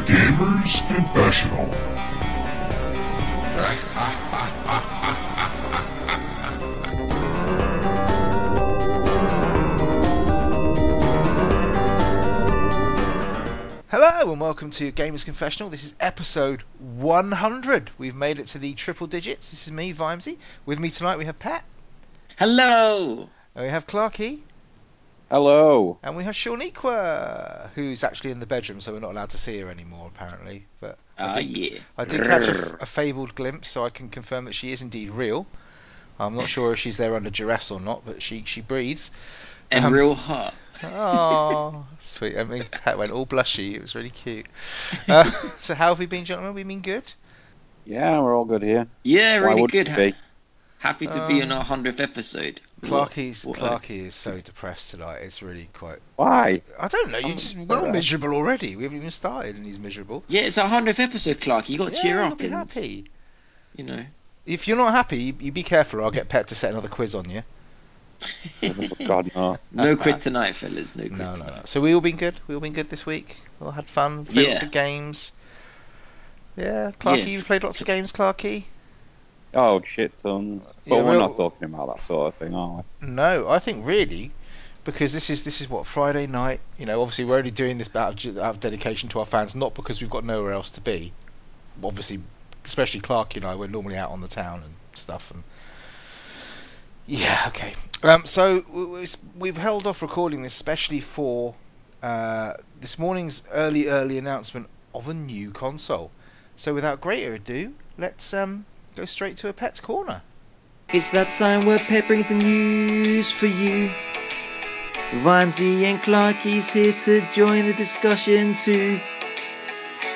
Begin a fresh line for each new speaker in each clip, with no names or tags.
Cooper's Confessional.
Hello and welcome to Gamers Confessional. This is episode 100. We've made it to the triple digits. This is me, Vimesy. With me tonight we have Pat,
Hello.
and we have Clarky,
Hello.
and we have Shauniqua, who's actually in the bedroom, so we're not allowed to see her anymore apparently. But
Ah, yeah.
I did catch a, a fabled glimpse, so I can confirm that she is indeed real. I'm not sure if she's there under duress or not, but she she breathes.
And
Um,
real hot.
Oh, sweet. I mean, Pat went all blushy. It was really cute. Uh, so, how have we been, gentlemen? We been good?
Yeah, we're all good here.
Yeah,
Why
really
wouldn't
good.
it
Ha-
be?
Happy to be
Um,
on our hundredth episode.
Clarky's
What-
Clarky is so depressed tonight. It's really quite.
Why?
I don't know. You're just well
depressed.
miserable already. We haven't even started, and he's miserable.
Yeah, it's our hundredth episode, Clark. You got to
Yeah,
cheer
I'll
up
Be
and
happy.
you know.
If you're not happy, you, you be careful. or I'll get Pet to set another quiz on you.
Oh, God, no.
no quiz tonight, fellas. No quiz
Uh, No, no,
tonight.
no. So we all been good. We all been good this week. We all had fun. Played lots
Yeah.
of games. Yeah, Clarky,
Yeah.
you played lots of games, Clarky.
Oh, shit tons. But
Yeah,
we're
we'll-
not talking about that sort of thing, are we?
No, I think really, because this is this is what Friday night. You know, obviously we're only doing this out of, ju- out of dedication to our fans, not because we've got nowhere else to be. Obviously, especially Clark and I, we're normally out on the town and stuff. And yeah, okay. Um, so w- w- it's- we've held off recording this especially for uh, this morning's early early announcement of a new console. So without greater ado, let's um, go straight to a pet's corner.
It's that time where Pep brings the news for you. Rhymesy and Clarky's here to join the discussion too.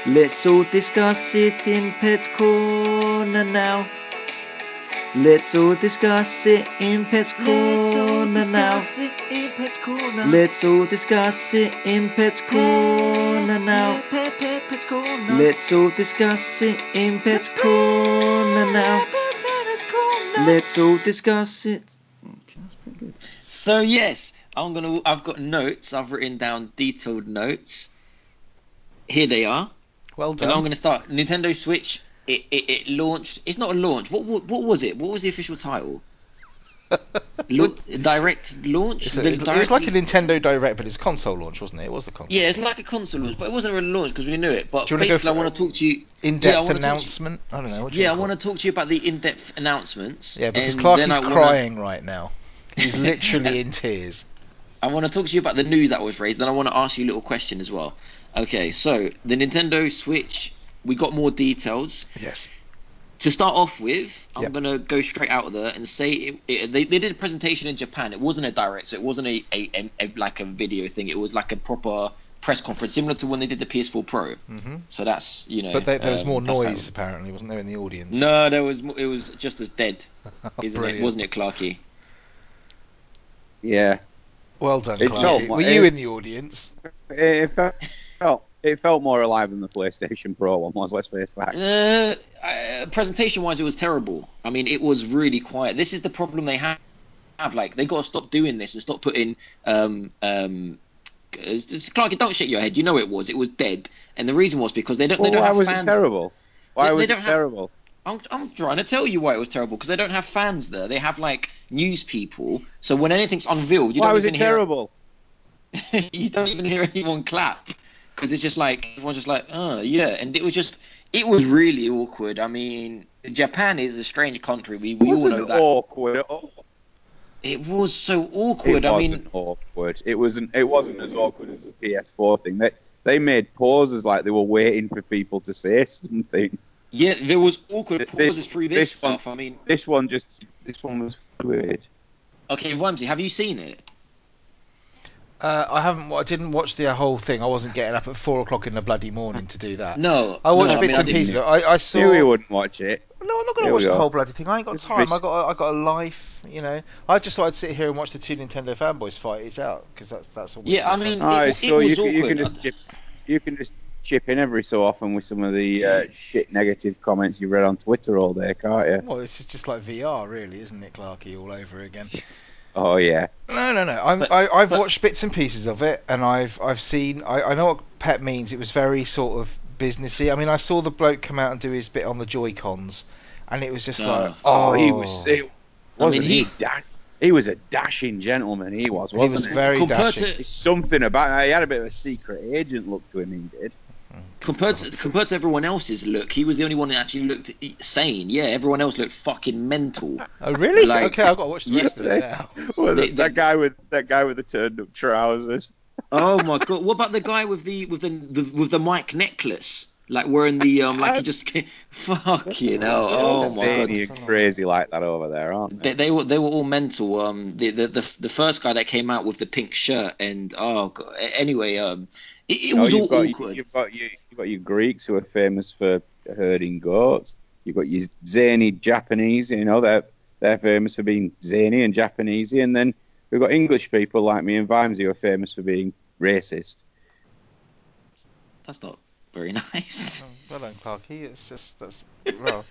Let's all discuss it in Pet's Corner now. Let's all discuss it in Pet's Corner now. Let's all discuss it in Pet's Corner now. Let's all discuss it in Pet's Corner now. Let's all discuss it. Okay, that's pretty good. So yes, I'm gonna. I've got notes. I've written down detailed notes. Here they are.
Well
So
done.
I'm gonna start. Nintendo Switch. It, it, it launched. It's not a launch. What, what what was it? What was the official title? La- direct launch.
It's a-
The
it, it was
direct-
like a Nintendo Direct, but it's console launch, wasn't it? It was the console.
Yeah, it's like a console launch, but it wasn't really a launch because we knew it. But
Do you wanna go
basically, I
for-
want to talk to you. yeah, I
in-depth
wanna talk to you-
announcement. I don't know. What do you
Yeah, I
wanna
want
call
to talk to you about the in-depth announcements.
it? Yeah, because
and
Clark
then
is
I wanna-
crying right now. He's literally in tears.
I want to talk to you about the news that was raised, then I want to ask you a little question as well. Okay, so the Nintendo Switch, we got more details.
Yes.
To start off with, I'm
Yep.
going to go straight out there and say it, it, they, they did a presentation in Japan. It wasn't a direct, so it wasn't a, a, a, a- like a video thing. It was like a proper press conference, similar to when they did the PS4 Pro.
hmm
So that's you know.
But there, there was
um,
more
that's how-
noise apparently, wasn't there, in the audience?
No, there was. mo- It was just as dead,
Oh,
isn't it?
Brilliant.
Wasn't it, Clarky?
Yeah.
Well done,
It felt
Clark.
like-
Were you
it-
in the audience?
It, it felt, felt, it felt more alive than the PlayStation Pro one was, let's face facts.
Uh, uh, presentation wise, it was terrible. I mean, it was really quiet. This is the problem they have. have. Like, they got to stop doing this and stop putting. Um, um, it's just- Clark, don't shake your head. You know it was. It was dead. And the reason was because they don't.
Well,
they don't
why
have
was
fans.
it terrible? Why
They- they
was
don't
it
have-
terrible?
I'm, I'm trying to tell you why it was terrible because they don't have fans there. They have like news people. So when anything's unveiled, you
Why
don't
was
even
it
hear.
terrible?
you don't even hear anyone clap because it's just like everyone's just like oh yeah and it was just it was really awkward i mean japan is a strange country we, we
it
all
wasn't
know that
awkward at all.
it was so awkward
It
i
wasn't
mean
awkward. It wasn't. It wasn't as awkward as the PS4 thing. They they made pauses like they were waiting for people to say something.
yeah there was awkward
This-
pauses through this,
this one-
stuff i mean
This one just. This one was weird.
okay Ramsey, have you seen it
Uh, I haven't. I didn't watch the whole thing. I wasn't getting up at four o'clock in the bloody morning to do that.
no
I watched
no,
bits
I
and
mean, I didn't.
pieces. I, I saw.
Knew we wouldn't watch it.
No, I'm not going to
Here
watch
we
the
are.
whole bloody thing. I ain't got
It's
time. I
basic.
got I got a life, you know. I just thought I'd sit here and watch the two Nintendo fanboys fight it out because that's that's always
Yeah, I
my
mean-
fun.
Ah,
It-
it's
it
cool.
was
You can, you
awkward.
can just chip, you can just chip in every so often with some of the uh, shit negative comments you read on Twitter all day, can't you?
well, this is just like VR, really, isn't it, Clarky, all over again?
Oh yeah.
No, no, no. I'm,
But-
I, I've
but-
watched bits and pieces of it, and I've I've seen. I, I know what Pet means. It was very sort of businessy. I mean, I saw the bloke come out and do his bit on the Joy Cons, and it was just
No.
like,
Oh, he was. It wasn't
mean, he-
he? da- he was a dashing gentleman. He was,
he
wasn't
was
he?
very
compared
dashing.
to
There's something about. He had a bit of a secret agent look to him. He did.
compared
God.
to, compared to everyone elsea's look, he was the only one that actually looked e- sane. Yeah, everyone else looked fucking mental.
Oh, really?
like-
okay, I've got to watch the
Yeah,
rest of
they-
it now.
Well,
They-
that, that guy with that guy with the turned up trousers.
Oh my god! What about the guy with the with the, the with the mic necklace? Like wearing the um, like he just fuck you know. Oh
Just
my god!
saying.
Sydney are crazy like that over there, aren't
They,
they?
they were they were all mental. Um, the, the the the first guy that came out with the pink shirt and oh god. anyway um, it, it was
Oh,
all
you've got,
awkward.
You've got you. You've got your Greeks who are famous for herding goats. You've got your zany Japanese. You know they're they're famous for being zany and Japanesey. And then we've got English people like me and Vimesy who are famous for being racist.
That's not very nice.
Well done, Clarky. It's just that's well.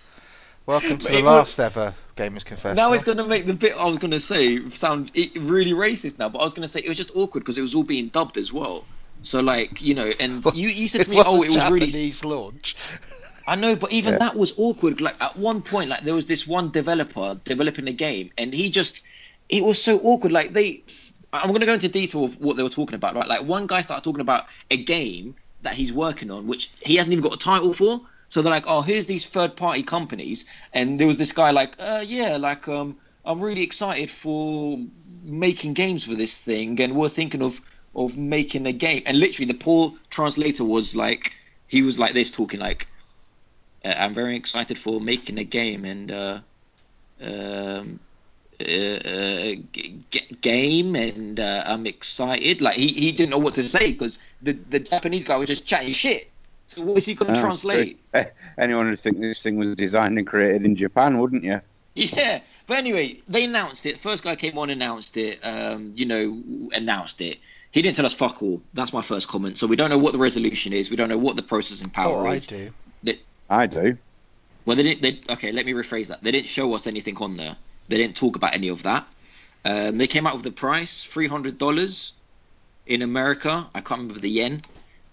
Welcome to
But
the
it was-
last ever Gamers Confession.
Now it's going to make the bit I was going to say sound i- really racist now, but I was going to say it was just awkward because it was all being dubbed as well. So like you know, and you you said to me, oh, it was really.
Japanese launch.
I know, but even
Yeah.
that was awkward. Like at one point, like there was this one developer developing a game, and he just it was so awkward. Like they, I- I'm gonna go into detail of what they were talking about. Right, like one guy started talking about a game that he's working on, which he hasn't even got a title for. So they're like, oh, here's these third party companies, and there was this guy like, uh, yeah, like um, I'm really excited for making games for this thing, and we're thinking of of making a game. And literally, the poor translator was like, he was like this talking like uh, I'm very excited for making a game and uh, um, uh, uh, g- g- game and uh, I'm excited. Like he, he didn't know what to say because the the Japanese guy was just chatting shit. So what is he going
Ah,
to
that's
translate?
Anyone would think this thing was designed and created in Japan, wouldn't you?
Yeah, but anyway, they announced it. First guy came on, announced it. Um, you know, announced it. He didn't tell us fuck all. That's my first comment. So we don't know what the resolution is. We don't know what the processing
Oh,
power
I
is.
do.
I do.
Well, they didn't. They, okay, let me rephrase that. They didn't show us anything on there. They didn't talk about any of that. Um, they came out with the price three hundred dollars in America. I can't remember the yen.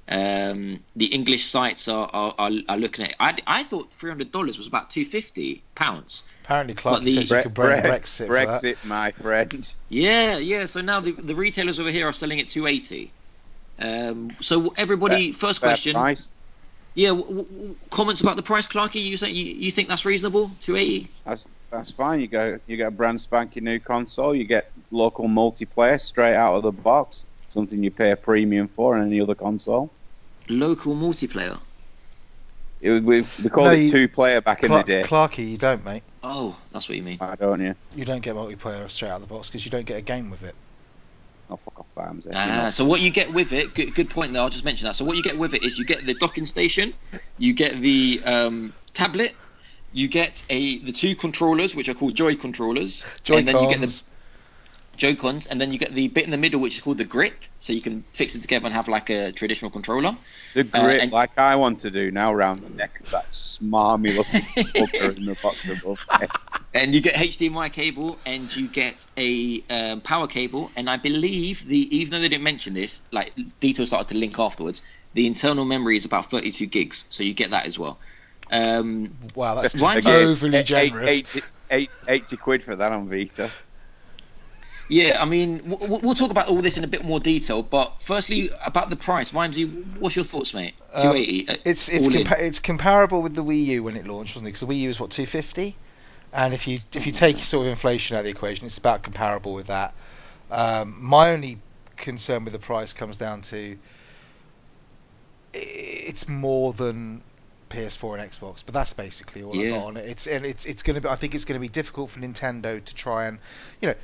Um, the English sites are are, are, are looking at. It. I, I thought three hundred dollars was about two fifty pounds.
Apparently,
But
Clarky
the-
says you
Bre-
could blame
Bre-
Brexit, for that.
Brexit, my friend.
Yeah, yeah. So now the, the retailers over here are selling at two eighty. Um, so everybody, first
Fair
question.
price.
Yeah, w- w- w- comments about the price, Clarky. You say you, you think that's reasonable? Two eighty.
That's, that's fine. You go. You get a brand spanking new console. You get local multiplayer straight out of the box. Something you pay a premium for on any other console.
Local multiplayer.
It, was- we, we called
No,
it
you-
two-player back in
Cla-
the day.
Clarky, you don't, mate.
Oh, that's what you mean.
Why don't you?
You don't get multiplayer straight out of the box because you don't get a game with it.
Oh, fuck off, farms.
Ah, so what you get with it? Good, good point. There, I'll just mention that. So what you get with it is you get the docking station, you get the um, tablet, you get a the two controllers which are called Joy controllers,
Joy
and then you get the
Cons.
Joy cons, and then you get the bit in the middle which is called the grip, so you can fix it together and have like a traditional controller.
The grip,
Ah, and-
like I want to do now, round the neck of that smarmy looking fucker in the box above. there.
And you get HDMI cable, and you get a um, power cable, and I believe the even though they didn't mention this, like details started to link afterwards. The internal memory is about 32 gigs, so you get that as well. Um,
Wow, that's
Why
just
do you-
overly
Eight-
generous.
eight- 80 80 quid for that on Vita.
Yeah, I mean, w- w- we'll talk about all this in a bit more detail, but firstly, about the price, Mimesy, what's your thoughts, mate?
Um,
280. uh,
It's it's
all in.
compa- it's comparable with the Wii U when it launched, wasn't it? Because the Wii U was what 250, and if you if you take sort of inflation out of the equation, it's about comparable with that. Um, my only concern with the price comes down to i- it's more than PS4 and Xbox, but that's basically all I
Yeah.
got on it. It's and it's it's going to be. I think it's going to be difficult for Nintendo to try and you know.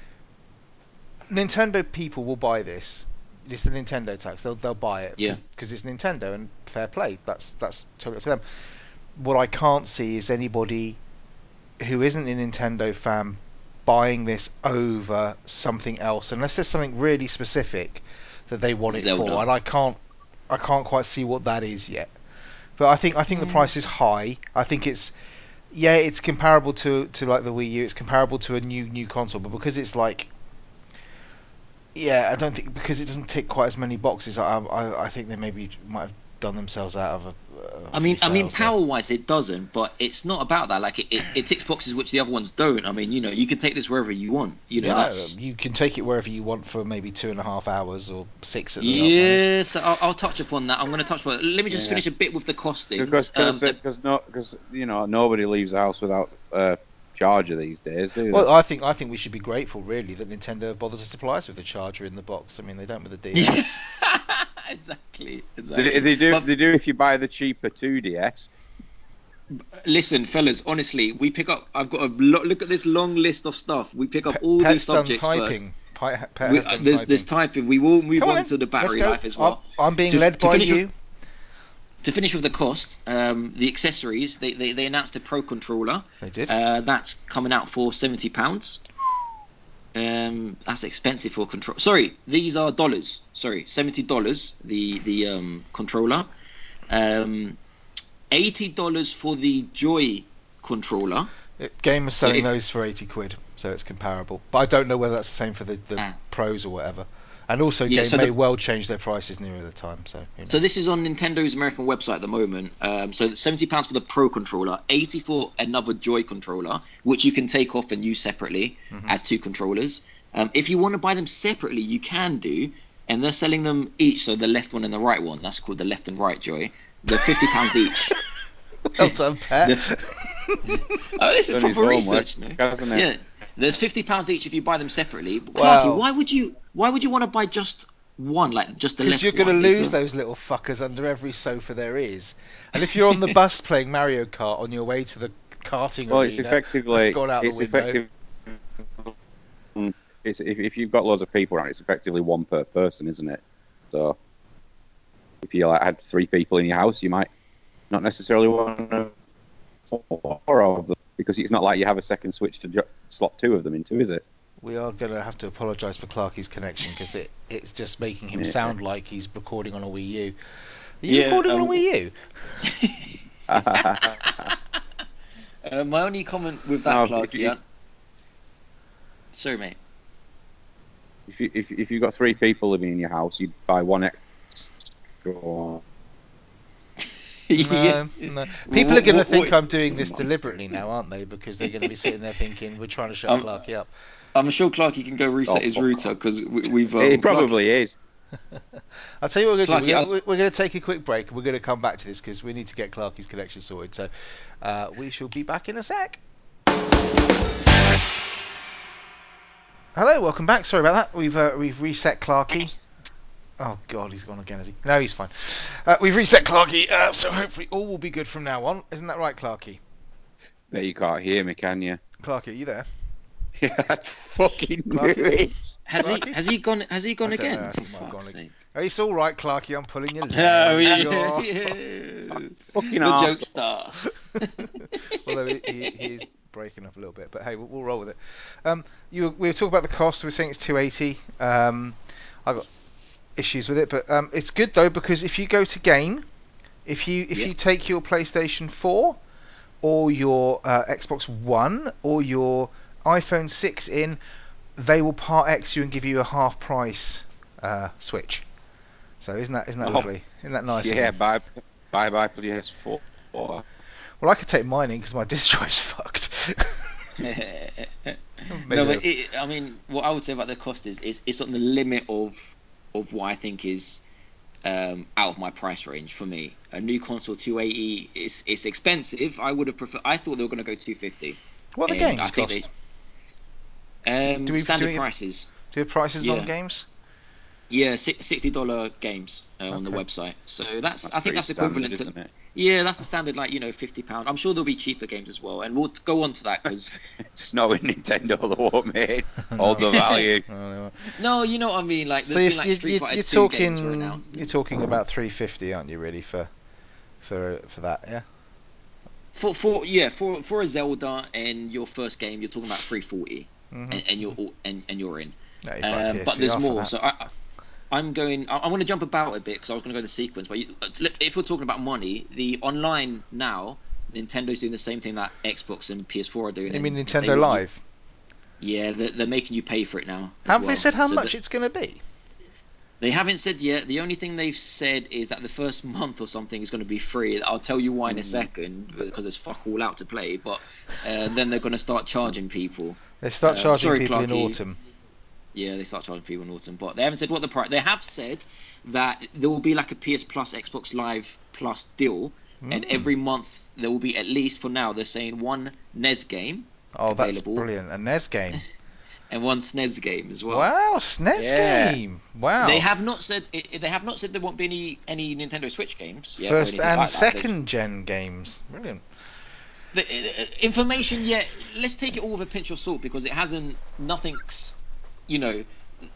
Nintendo people will buy this. It's the Nintendo tax. They'll they'll buy it
Yeah.
because it's Nintendo and fair play. That's that's totally up to them. What I can't see is anybody who isn't a Nintendo fan buying this over something else, unless there's something really specific that they want it
Zelda.
for, and I can't I can't quite see what that is yet. But I think I think the price is high. I think it's yeah, it's comparable to, to like the Wii U. It's comparable to a new new console, but because it's like yeah, I don't think because it doesn't tick quite as many boxes. I I, I think they maybe might have done themselves out of. A, a
I mean,
few
I mean,
sales there.
power wise, it doesn't, but it's not about that. Like it, it, it ticks boxes which the other ones don't. I mean, you know, you can take this wherever you want. You know,
Yeah, um,
that's
you can take it wherever you want for maybe two and a half hours or six at the utmost.
yes. I'll, I'll touch upon that. I'm going to touch upon. It. Let me just
Yeah.
finish a bit with the costings.
Because
Um,
because because no, 'cause, you know nobody leaves the house without a charger these days, do they?
Well, I think I think we should be grateful, really, that Nintendo bothers to supply us with a charger in the box. I mean, they don't with the DS.
Yeah. exactly. Exactly.
they, they do
But-
they do if you buy the cheaper 2DS.
Listen, fellas, honestly, we pick up. I've got a lo- look at this long list of stuff. We pick up
Pe-
all
Pet's
these
done
subjects
typing.
first.
Pe- Pet
We, uh,
has done
there's,
typing.
there's typing. We will move
Come
on,
then,
to the
let's
battery
go.
life as well.
I'm, I'm being
To-
led
to
by
finish
you.
with- To finish with the cost, um, the accessories. They, they they announced a pro controller.
They did.
Uh, that's coming out for seventy pounds. Um, that's expensive for control. Sorry, these are dollars. Sorry, seventy dollars. The the um, controller, um, eighty dollars for the Joy controller.
It- Game was
So
selling
if-
those for 80 quid, so it's comparable. But I don't know whether that's the same for the, the
Ah.
pros or whatever. And also,
Yeah,
Game
so
may
the-
well change their prices nearer the time. So, you know.
So this is on Nintendo's American website at the moment. Um, so it's seventy pounds for the Pro controller, eighty for another Joy controller, which you can take off and use separately
Mm-hmm.
as two controllers. Um, if you want to buy them separately, you can do, and they're selling them each, so the left one and the right one. That's called the left and right Joy. They're fifty pounds each.
well done, Pet.
Oh, this is
Done his
proper
homework,
research, no?
hasn't it?
Yeah, there's fifty pounds each if you buy them separately. But
Wow.
Clarky, why would you? Why would you want to buy just one, like just the
Because
left?
you're going to
one? Is
lose
the-
those little fuckers under every sofa there is. And if you're on the bus playing Mario Kart on your way to the karting
Well,
arena,
it's effectively
that's gone out
it's
the window.
effective. Mm, It's, if, if you've got loads of people around, it's effectively one per person, isn't it? So if you like, had three people in your house, you might not necessarily want to four of them because it's not like you have a second switch to ju- slot two of them into, is it?
We are going to have to apologise for Clarky's connection because it, it's just making him
Yeah.
sound like he's recording on a Wii U. Are you
Yeah,
recording on a
um,
Wii U?
Uh, my only comment with
No,
that,
if
Clark.
you-
yeah. Sorry, mate.
If you if, if you've got three people living in your house, you'd buy one extra. one.
Yeah.
No, no. People are going to
What-
think
what-
I'm doing this deliberately now, aren't they? Because they're going to be sitting there thinking we're trying to shut
Um,
Clarky up.
I'm sure Clarky can go reset
Oh,
his
fuck
router because we, we've. Um,
it probably is.
I'll tell you what we're going to
Clarky,
do. We're
I'll-
gonna- We're going to take a quick break. and We're going to come back to this because we need to get Clarky's connection sorted. So uh, we shall be back in a sec. Hello, welcome back. Sorry about that. We've uh, we've reset Clarky. Oh God, he's gone again. Is he? No, he's fine. Uh, we've reset Clarky, uh, so hopefully all will be good from now on. Isn't that right, Clarky?
But you can't hear me, can you?
Clarky, are you there?
Yeah, I fucking knew
Clarky?
it.
Has he?
Clarky?
Has he gone? Has he gone
I don't
again?
know, I
For
think I've
fuck's
gone
sake.
It's all right, Clarky. I'm pulling your leg.
Oh, yeah.
You're-
Fucking
the joke
arse.
star.
Although he, he, he is breaking up a little bit, but hey, we'll, we'll roll with it. Um, you were, we were talking about the cost. We were saying it's 280. Um, I got issues with it, but um, it's good though because if you go to game, if you if
Yeah.
you take your PlayStation 4 or your uh, Xbox One or your iPhone 6 in, they will part X you and give you a half price uh, Switch. So isn't that isn't that
Oh.
lovely? Isn't that nice? of them?
Yeah, bye bye bye PS4. Oh,
Well, I could take mine in because my disc drive's fucked.
no,
Maybe-
but it, I mean, what I would say about the cost is, is it's on the limit of of what I think is um, out of my price range for me. A new console 280 is it's expensive. I would have preferred. I thought they were going to go 250.
What are the
And
games
I think
cost?
they- Um,
Do we- do
standard
we-
prices.
Do you have prices
Yeah.
on games?
Yeah, si- sixty dollar games uh, on the
Okay.
website. So that's, I think
pretty
that's
standard,
equivalent to
isn't it?
yeah, that's the standard like you know fifty pound. I'm sure there'll be cheaper games as well, and we'll go on to that because
It's not with Nintendo, the war mate. All the value.
no, you know what I mean. Like
So you're,
there's been,
you're-
like, Street
you're-
Fighter
you're
2 games were
talking
announced.
you're talking about 350, aren't you? Really for for for that? Yeah.
for for yeah for for a Zelda and your first game, you're talking about three
Mhm.
and, and you're all- and, and you're in.
No, you buy a
Eh, Um, but
PSVR
there's
for
more.
that.
So I, I- I'm going. I, I want to jump about a bit because I was going to go to sequence. But you, uh, if we're talking about money, the online now, Nintendo's doing the same thing that Xbox and PS4 are doing.
you mean
and
Nintendo
they-
Live?
Yeah, they're, they're making you pay for it now. as
Have
well.
they said how
So
much
that-
it's going to be?
They haven't said yet. The only thing they've said is that the first month or something is going to be free. I'll tell you
Hmm.
why in a second because there's fuck all out to play. But uh, then they're going to start charging people.
They start
Um,
charging
sorry,
people in
Clarky.
autumn.
Yeah, they start charging people in autumn, but they haven't said what the price. They have said that there will be like a PS Plus, Xbox Live Plus deal, and
Mm.
every month there will be at least for now. They're saying one NES game
Oh, that's
available.
brilliant. A NES game.
and one SNES game as well.
wow, SNES
Yeah.
game. Wow.
They have not said i- i- they have not said there won't be any any Nintendo Switch games. yet or
First
anything
and
like that. They-
second gen games. Brilliant.
the, uh, information yet let's take it all with a pinch of salt because it hasn't nothing's you know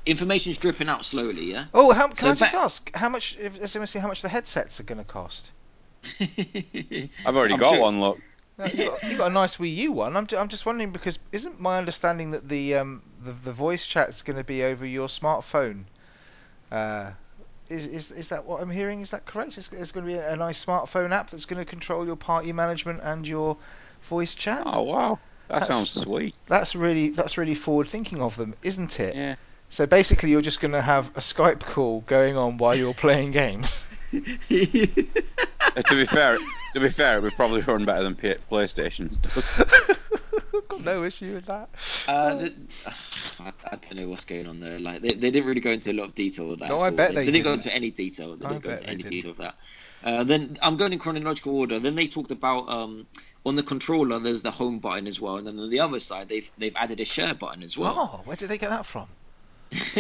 information's dripping out slowly yeah
Oh, how, can
So
I just
back-
ask how much? If, let's see how much the headsets are going to cost.
I've already
I'm
got
sure-
one. Look,
Now, you, got, you got a nice Wii U one. I'm, ju- I'm just wondering because isn't my understanding that the um, the, the voice chat's going to be over your smartphone? Uh, is, is is that what I'm hearing? Is that correct? Is there's going to be a, a nice smartphone app that's going to control your party management and your voice chat?
oh wow, that
That's-
sounds sweet.
That's really that's really forward thinking of them, isn't it?
Yeah.
So basically, you're just going to have a Skype call going on while you're playing games.
Uh, to be fair, to be fair, we probably run better than P- PlayStation's does.
Got no issue with that.
Oh.
uh, the, I, I don't know what's going on there. Like they, they didn't really go into a lot of detail with that.
No,
at
I
all.
bet
they,
they
didn't go
didn't.
into any detail. They
I
didn't go
bet
into
they
any
didn't.
detail of that. Uh, then I'm going in chronological order. Then they talked about um, on the controller there's the home button as well, and then on the other side they've they've added a share button as well.
oh, where did they get that from?
Oh.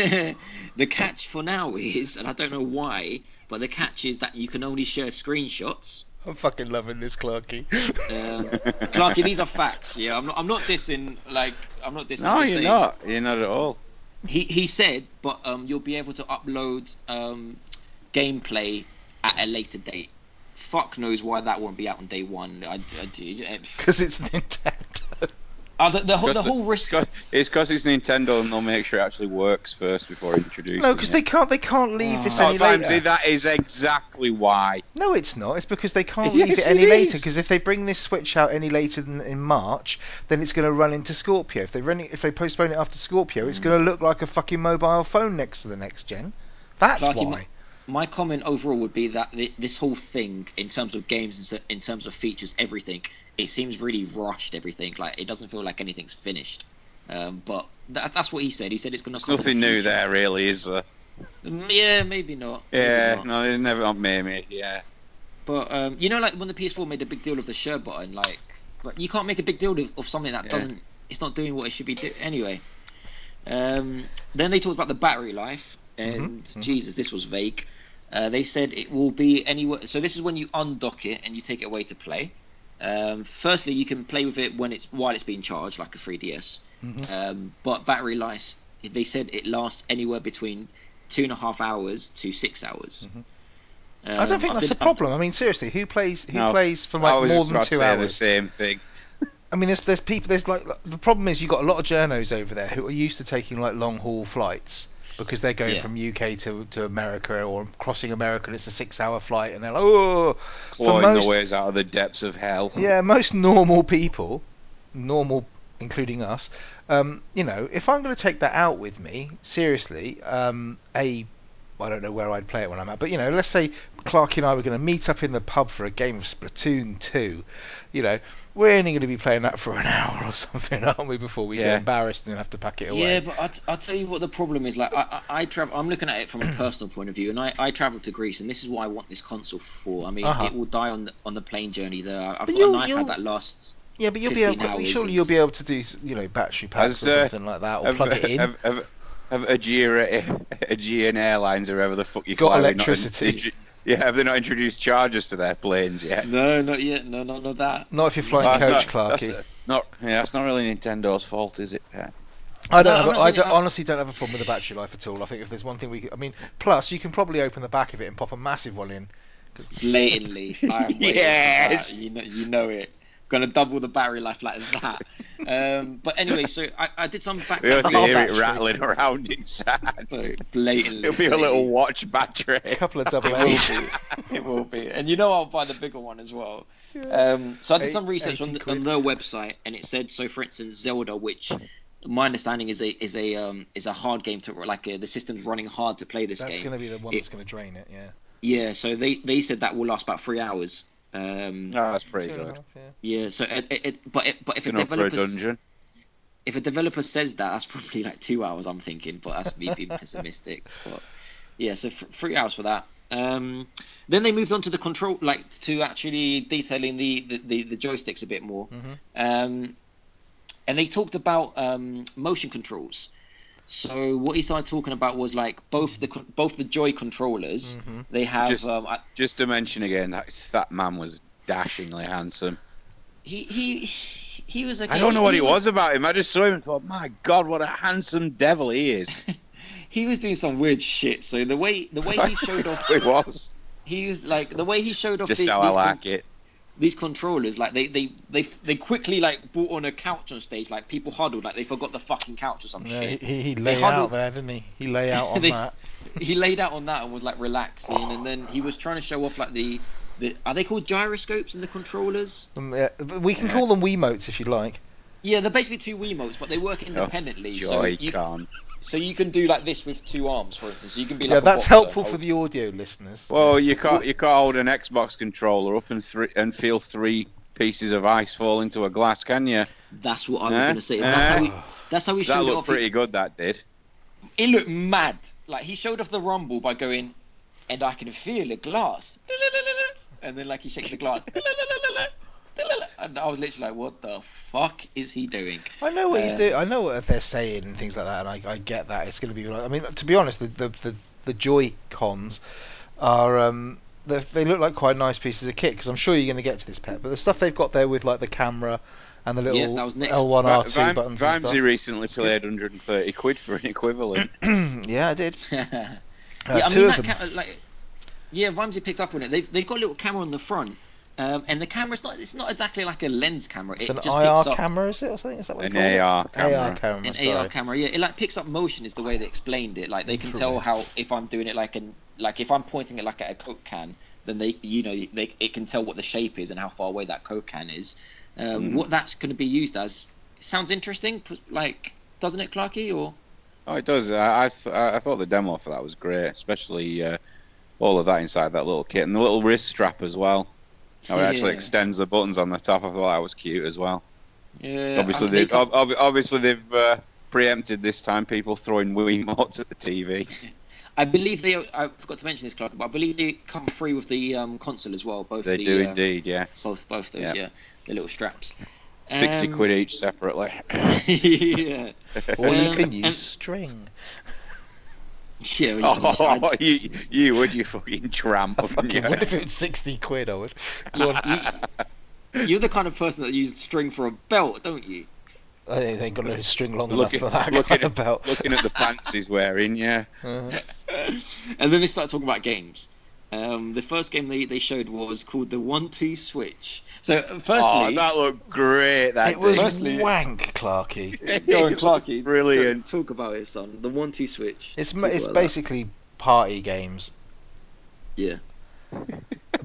the catch for now is, and I don't know why, but the catch is that you can only share screenshots.
I'm fucking loving this, Clarky.
Um, Clarky, these are facts. Yeah, I'm not. I'm not dissing. Like, I'm not dissing.
no,
I'm just
you're
saying-
not. You're not at all.
He he said, but um, you'll be able to upload um, gameplay at a later date. Fuck knows why that won't be out on day one. I, I, I,
Because it's Nintendo.
uh, the, the, whole, the
Because
whole risk.
It's 'cause- It's because it's Nintendo, and they'll make sure it actually works first before introducing.
no, because
it.
they can't. They can't leave this
Oh,
any later.
Ramsey, that is exactly why.
No, it's not. It's because they can't
Yes,
leave it
it
any later.
is.
Because if they bring this Switch out any later than in March, then it's going to run into Scorpio. If they run it, if they postpone it after Scorpio,
Hmm.
it's going to look like a fucking mobile phone next to the next gen. That's
Clarky,
why.
my comment overall would be that thi- this whole thing, in terms of games, and so- in terms of features, everything, it seems really rushed. Everything, like it doesn't feel like anything's finished. Um, but that, that's what he said. He said it's going to.
Nothing new there, really, is there?
Yeah, maybe not. Maybe
Yeah,
not.
no, they never on me. Yeah,
But um, you know, like when the PS4 made a big deal of the share button, like, but you can't make a big deal of, of something that
Yeah.
doesn't. It's not doing what it should be doing anyway. Um, then they talked about the battery life,
Mm-hmm.
and Jesus, this was vague. Uh, they said it will be anywhere. So this is when you undock it and you take it away to play. Um, firstly, you can play with it when it's while it's being charged, like a 3DS.
Mm-hmm.
Um, but battery life, they said it lasts anywhere between two and a half hours to six hours.
Mm-hmm.
Um,
I don't think that's a
a
problem. I mean, seriously, who plays who
No,
plays for
I
like
was
more
just
than
about to
two
say
hours?
the same thing.
I mean, there's there's people there's like the problem is you got a lot of journos over there who are used to taking like long haul flights because they're going
Yeah.
from UK to, to America or crossing America. and It's a six hour flight, and they're like, oh, for
Clawing
most
their ways out of the depths of hell.
yeah, most normal people, normal including us, um, you know, if I'm going to take that out with me, seriously, um, a I don't know where I'd play it when I'm at, but you know, let's say Clark and I were going to meet up in the pub for a game of Splatoon 2. You know, we're only going to be playing that for an hour or something, aren't we? Before we
Yeah.
get embarrassed and have to pack it away.
Yeah, but I t- I'll tell you what the problem is. Like, I, I, I travel. I'm looking at it from a personal point of view, and I, I travel to Greece, and this is what I want this console for. I mean,
Uh-huh.
it will die on the, on the plane journey there. I- I've
But
got an
you'll- you'll-
iPad that lasts.
Yeah, but you'll be able,
15 hours
surely
is-
you'll be able to do you know battery packs
As,
or
uh,
something like that, or
Have,
plug it in.
have, have, have Agira, Aegean Airlines, or whatever the fuck you
Got
fly with, not
electricity.
intro- yeah, have they not introduced chargers to their planes yet?
No, not yet. No, no, not that.
Not if you're flying
Well,
coach,
not, that's,
Clarky.
uh, not, yeah, that's not really Nintendo's fault, is it? Yeah.
I don't.
No, I'm
have a,
not
I
saying
don't-
that-
honestly don't have a problem with the battery life at all. I think if there's one thing we, could- I mean, plus you can probably open the back of it and pop a massive one in.
Blatantly, I'm waiting for that.
Yes.
You know, you know it. Gonna double the battery life like that. Um, but anyway, so I, I did some back.
We ought to
Oh,
hear it
battery.
rattling around inside.
So, blatantly,
It'll be a little watch battery.
A couple of double A's.
it will be. And you know I'll buy the bigger one as well. Um, so I did
Eight-
some research on,
80
the,
quid.
on their website, and it said so. For instance, Zelda, which my understanding is a is a um, is a hard game to like uh, the system's running hard to play this
That's
game.
going to be the one
It-
that's going to drain it. Yeah.
Yeah, so they they said that will last about three hours. Um,
No, that's pretty
Two and a
good.
half, yeah.
Yeah, so it, it, it but it, but if a
Enough for a
developer s-
dungeon.
if a developer says that, that's probably like two hours. I'm thinking, but that's me being pessimistic. But yeah, so f- three hours for that. Um, then they moved on to the control, like to actually detailing the the, the, the joysticks a bit more.
Mm-hmm.
Mhm.
Um, and they talked about um, motion controls. So what he started talking about was like both the con- both the Joy controllers.
Mhm.
They have
Mm-hmm. Just-
um, I-
Just to mention again, that that man was dashingly handsome.
he he he was. Okay,
I don't know what
he
it was about him. I just saw him and thought, my God, what a handsome devil he is.
He was doing some weird shit. So the way the way he showed off
it was
he was like the way he showed off
just
the-
how I
these, con-
like it.
these controllers like they, they they they quickly like brought on a couch on stage like people huddled like they forgot the fucking couch or some
Yeah, he,
shit
he, he
They
lay
huddled-
out there, didn't he? He lay out on
They-
that.
he laid out on that and was like relaxing and then he was trying to show off like the the are they called gyroscopes in the controllers
Um, yeah, but we can call them Wiimotes if you like.
yeah they're basically two wiimotes but they work independently so
Oh, Joy
you
Con.
so you can do like this with two arms for instance you can be like
yeah,
a
that's
boxer.
helpful for the audio listeners.
Well, you can't you can't hold an Xbox controller up and three and feel three pieces of ice fall into a glass, can you?
that's what i was
Eh?
going to say that's how
Eh?
we that's how we
That
showed it off
looked pretty good. That did.
it looked mad. Like he showed off the rumble by going, and I can feel the glass. And then like he shakes the glass. And I was literally like, what the fuck is he doing?
I know what he's
Uh,
doing. I know what they're saying and things like that, and I, I get that. It's going to be. like- I mean, to be honest, the the, the, the Joy Cons are um, they, they look like quite nice pieces of kit because I'm sure you're going to get to this pet. But the stuff they've got there with like the camera and the little
Yeah, that was next.
L1
Va-
R2
Vim-
buttons and
Vimesy
stuff.
recently played 130 quid for an equivalent.
yeah, I did.
yeah,
Uh,
I
two
mean
of
that
them.
ca- like yeah, Ramsey picked up on it. They've they've got a little camera on the front. Um, and the camera's not it's not exactly like a lens camera.
It's
it
an
just picks
IR
up
camera, is it, or something? Is that what
an
you call it?
AR camera.
AR camera.
an
sorry.
AR camera. Yeah, it like picks up motion is the way they explained it. Like they can tell
Infrared.
how if I'm doing it like an like if I'm pointing it like at a coke can, then they you know they it can tell what the shape is and how far away that coke can is. Um,
Hmm.
What that's going to be used as sounds interesting. p- Like doesn't it, Clarky? Or
Oh, it does. I, I, th- I thought the demo for that was great, especially uh, all of that inside that little kit and the little wrist strap as well. How Oh, it actually
Yeah.
extends the buttons on the top. I thought that was cute as well.
yeah,
obviously,
I mean,
they've, ob- ob- obviously they've uh, preempted this time. People throwing Wiimotes at the TV.
I believe they. I forgot to mention this, Clarky, but I believe they come free with the um, console as well. Both
They
the,
do
uh,
indeed. Yes,
Both both those.
Yeah.
Yeah, the little straps.
sixty
Um,
quid each separately.
yeah.
Or you
Um,
can use
and-
string.
Yeah. well, you can-
Oh, you, you would, you fucking tramp,
Fucking
wouldn't you?
would if it was sixty quid. I would.
Go on, you, you're the kind of person that uses string for a belt, don't you?
I think they got a string long enough
Look at-
for that
look
kind
at-
of belt.
Looking at the pants he's wearing, yeah.
Uh,
And then they start talking about games. Um, the first game they, they showed was called the One Two Switch. So uh,
Oh,
firstly,
that looked great. That
it was
did.
Firstly-
wank, Clarky.
Go on,
It looked
Clarky,
Brilliant.
Talk about it, son. The One Two Switch.
It's
Talk
it's
about that.
basically party games.
Yeah.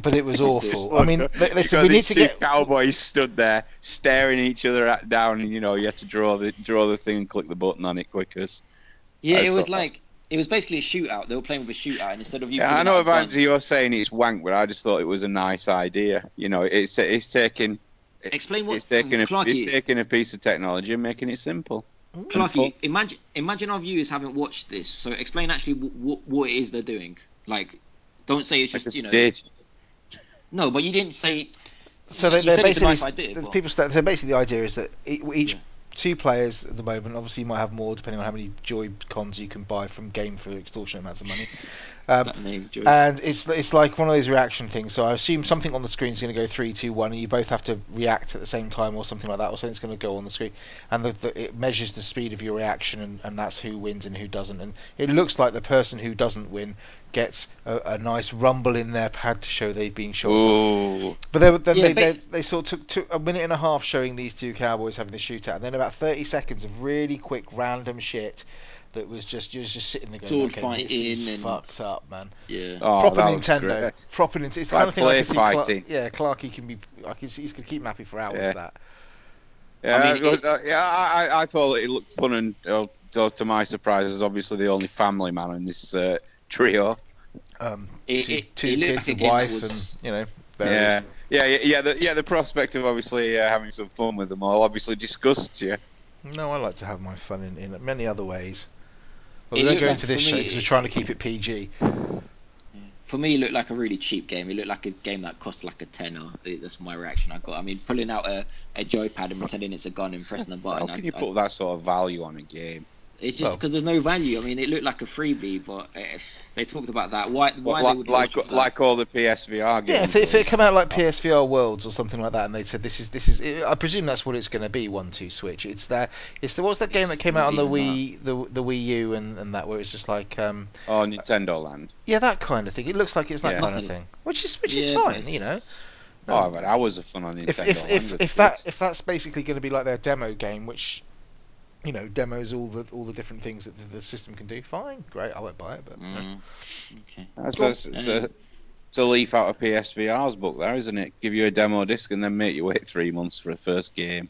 But it was
It's
awful. I mean, they, they
uh, You
said
got
we need
these
to
two
get.
cowboys stood there staring each other at, down, and you know you have to draw the draw the thing and click the button on it quickest.
Yeah,
I
it
saw
was
that.
like it was basically a shootout. They were playing with a shootout, and instead of you,
Yeah, I
pulling
know,
out a gun-
Vamsy, you're saying it's wank, but I just thought it was a nice idea. You know, it's it's taking
Explain what
it's taking a it's
Clarky,
taking a piece of technology and making it simple.
Clarky, imagine imagine our viewers haven't watched this. So explain actually what what it is they're doing. Like, don't say it's
I
just,
just
you know.
did.
No, but you didn't say
So they,
You
they're
said it's a
basically
nice idea,
the
but-
people. sta- So basically, the idea is that e- each
Yeah.
two players at the moment. Obviously, you might have more depending on how many Joy Cons you can buy from game for extortionate amounts of money.
Uh,
Um,
that name. Joey.
and it's it's like one of those reaction things. So I assume something on the screen is going to go three, two, one, and you both have to react at the same time, or something like that, or something's going to go on the screen, and the, the, it measures the speed of your reaction, and, and that's who wins and who doesn't. And it looks like the person who doesn't win gets a, a nice rumble in their pad to show they've been shot.
Oh,
But they, were- then
Yeah,
they,
ba-
they, they sort of took, took a minute and a half showing these two cowboys having the shootout, and then about thirty seconds of really quick random shit that was just you was just sitting there going,
Sword
okay, this is
fighting and-
fucked up, man.
Yeah.
oh
proper
that was
Nintendo,
great.
proper Nintendo. It's the
Like
kind of thing I
play
can see. Clark,
fighting.
yeah, Clarky can be. I can see he's gonna keep him happy for hours.
Yeah.
That
Yeah,
I
I
mean,
was- uh, yeah, I, I- I thought it looked fun, and uh, to to my surprise, is obviously the only family man in this uh, trio.
Um,
It-
two
it-
two
it looked
kids,
like
a
a game that
wife,
was-
and you know various.
Yeah, yeah, yeah. The, yeah, the prospect of obviously uh, having some fun with them all obviously disgusts you.
No, I like to have my fun in, in many other ways. But
It
we don't
looked
go
like
into this
for
show
me-
because we're trying to keep it PG.
For me, it looked like a really cheap game. It looked like a game that cost like a tenner. It- That's my reaction I got. I mean, pulling out a, a joypad and pretending it's a gun and pressing the
How
button. I-
can you
I-
put that sort of value on a game?
It's just
Well-
because there's no value. I mean, it looked like a freebie, but eh, they talked about that. Why? Why they
like,
would
like,
launch it for that?
like all the PSVR games.
Yeah, if, it- if it
was.
come out like PSVR Worlds or something like that, and they said this is this is, I presume that's what it's going to be. One two switch. It's that. It's there was that game that
It's
came
not
out on the Wii,
even
the the Wii U, and, and that where it's just like um
Oh, Nintendo Land.
yeah that kind of thing. It looks like it's that
Yeah.
kind of
Nothing.
thing, which is which is
Yeah, but
fine,
it's-
you know.
Oh, I've had hours of fun on Nintendo
if if
Land.
if,
with
if that
kids.
if that's basically going to be like their demo game, which you know demos all the all the different things that the, the system can do, fine, great, I won't buy it. But
Mm. Okay.
That's a, it's a, it's a leaf out of PSVR's book, there, isn't it? Give you a demo disc and then make you wait three months for a first game.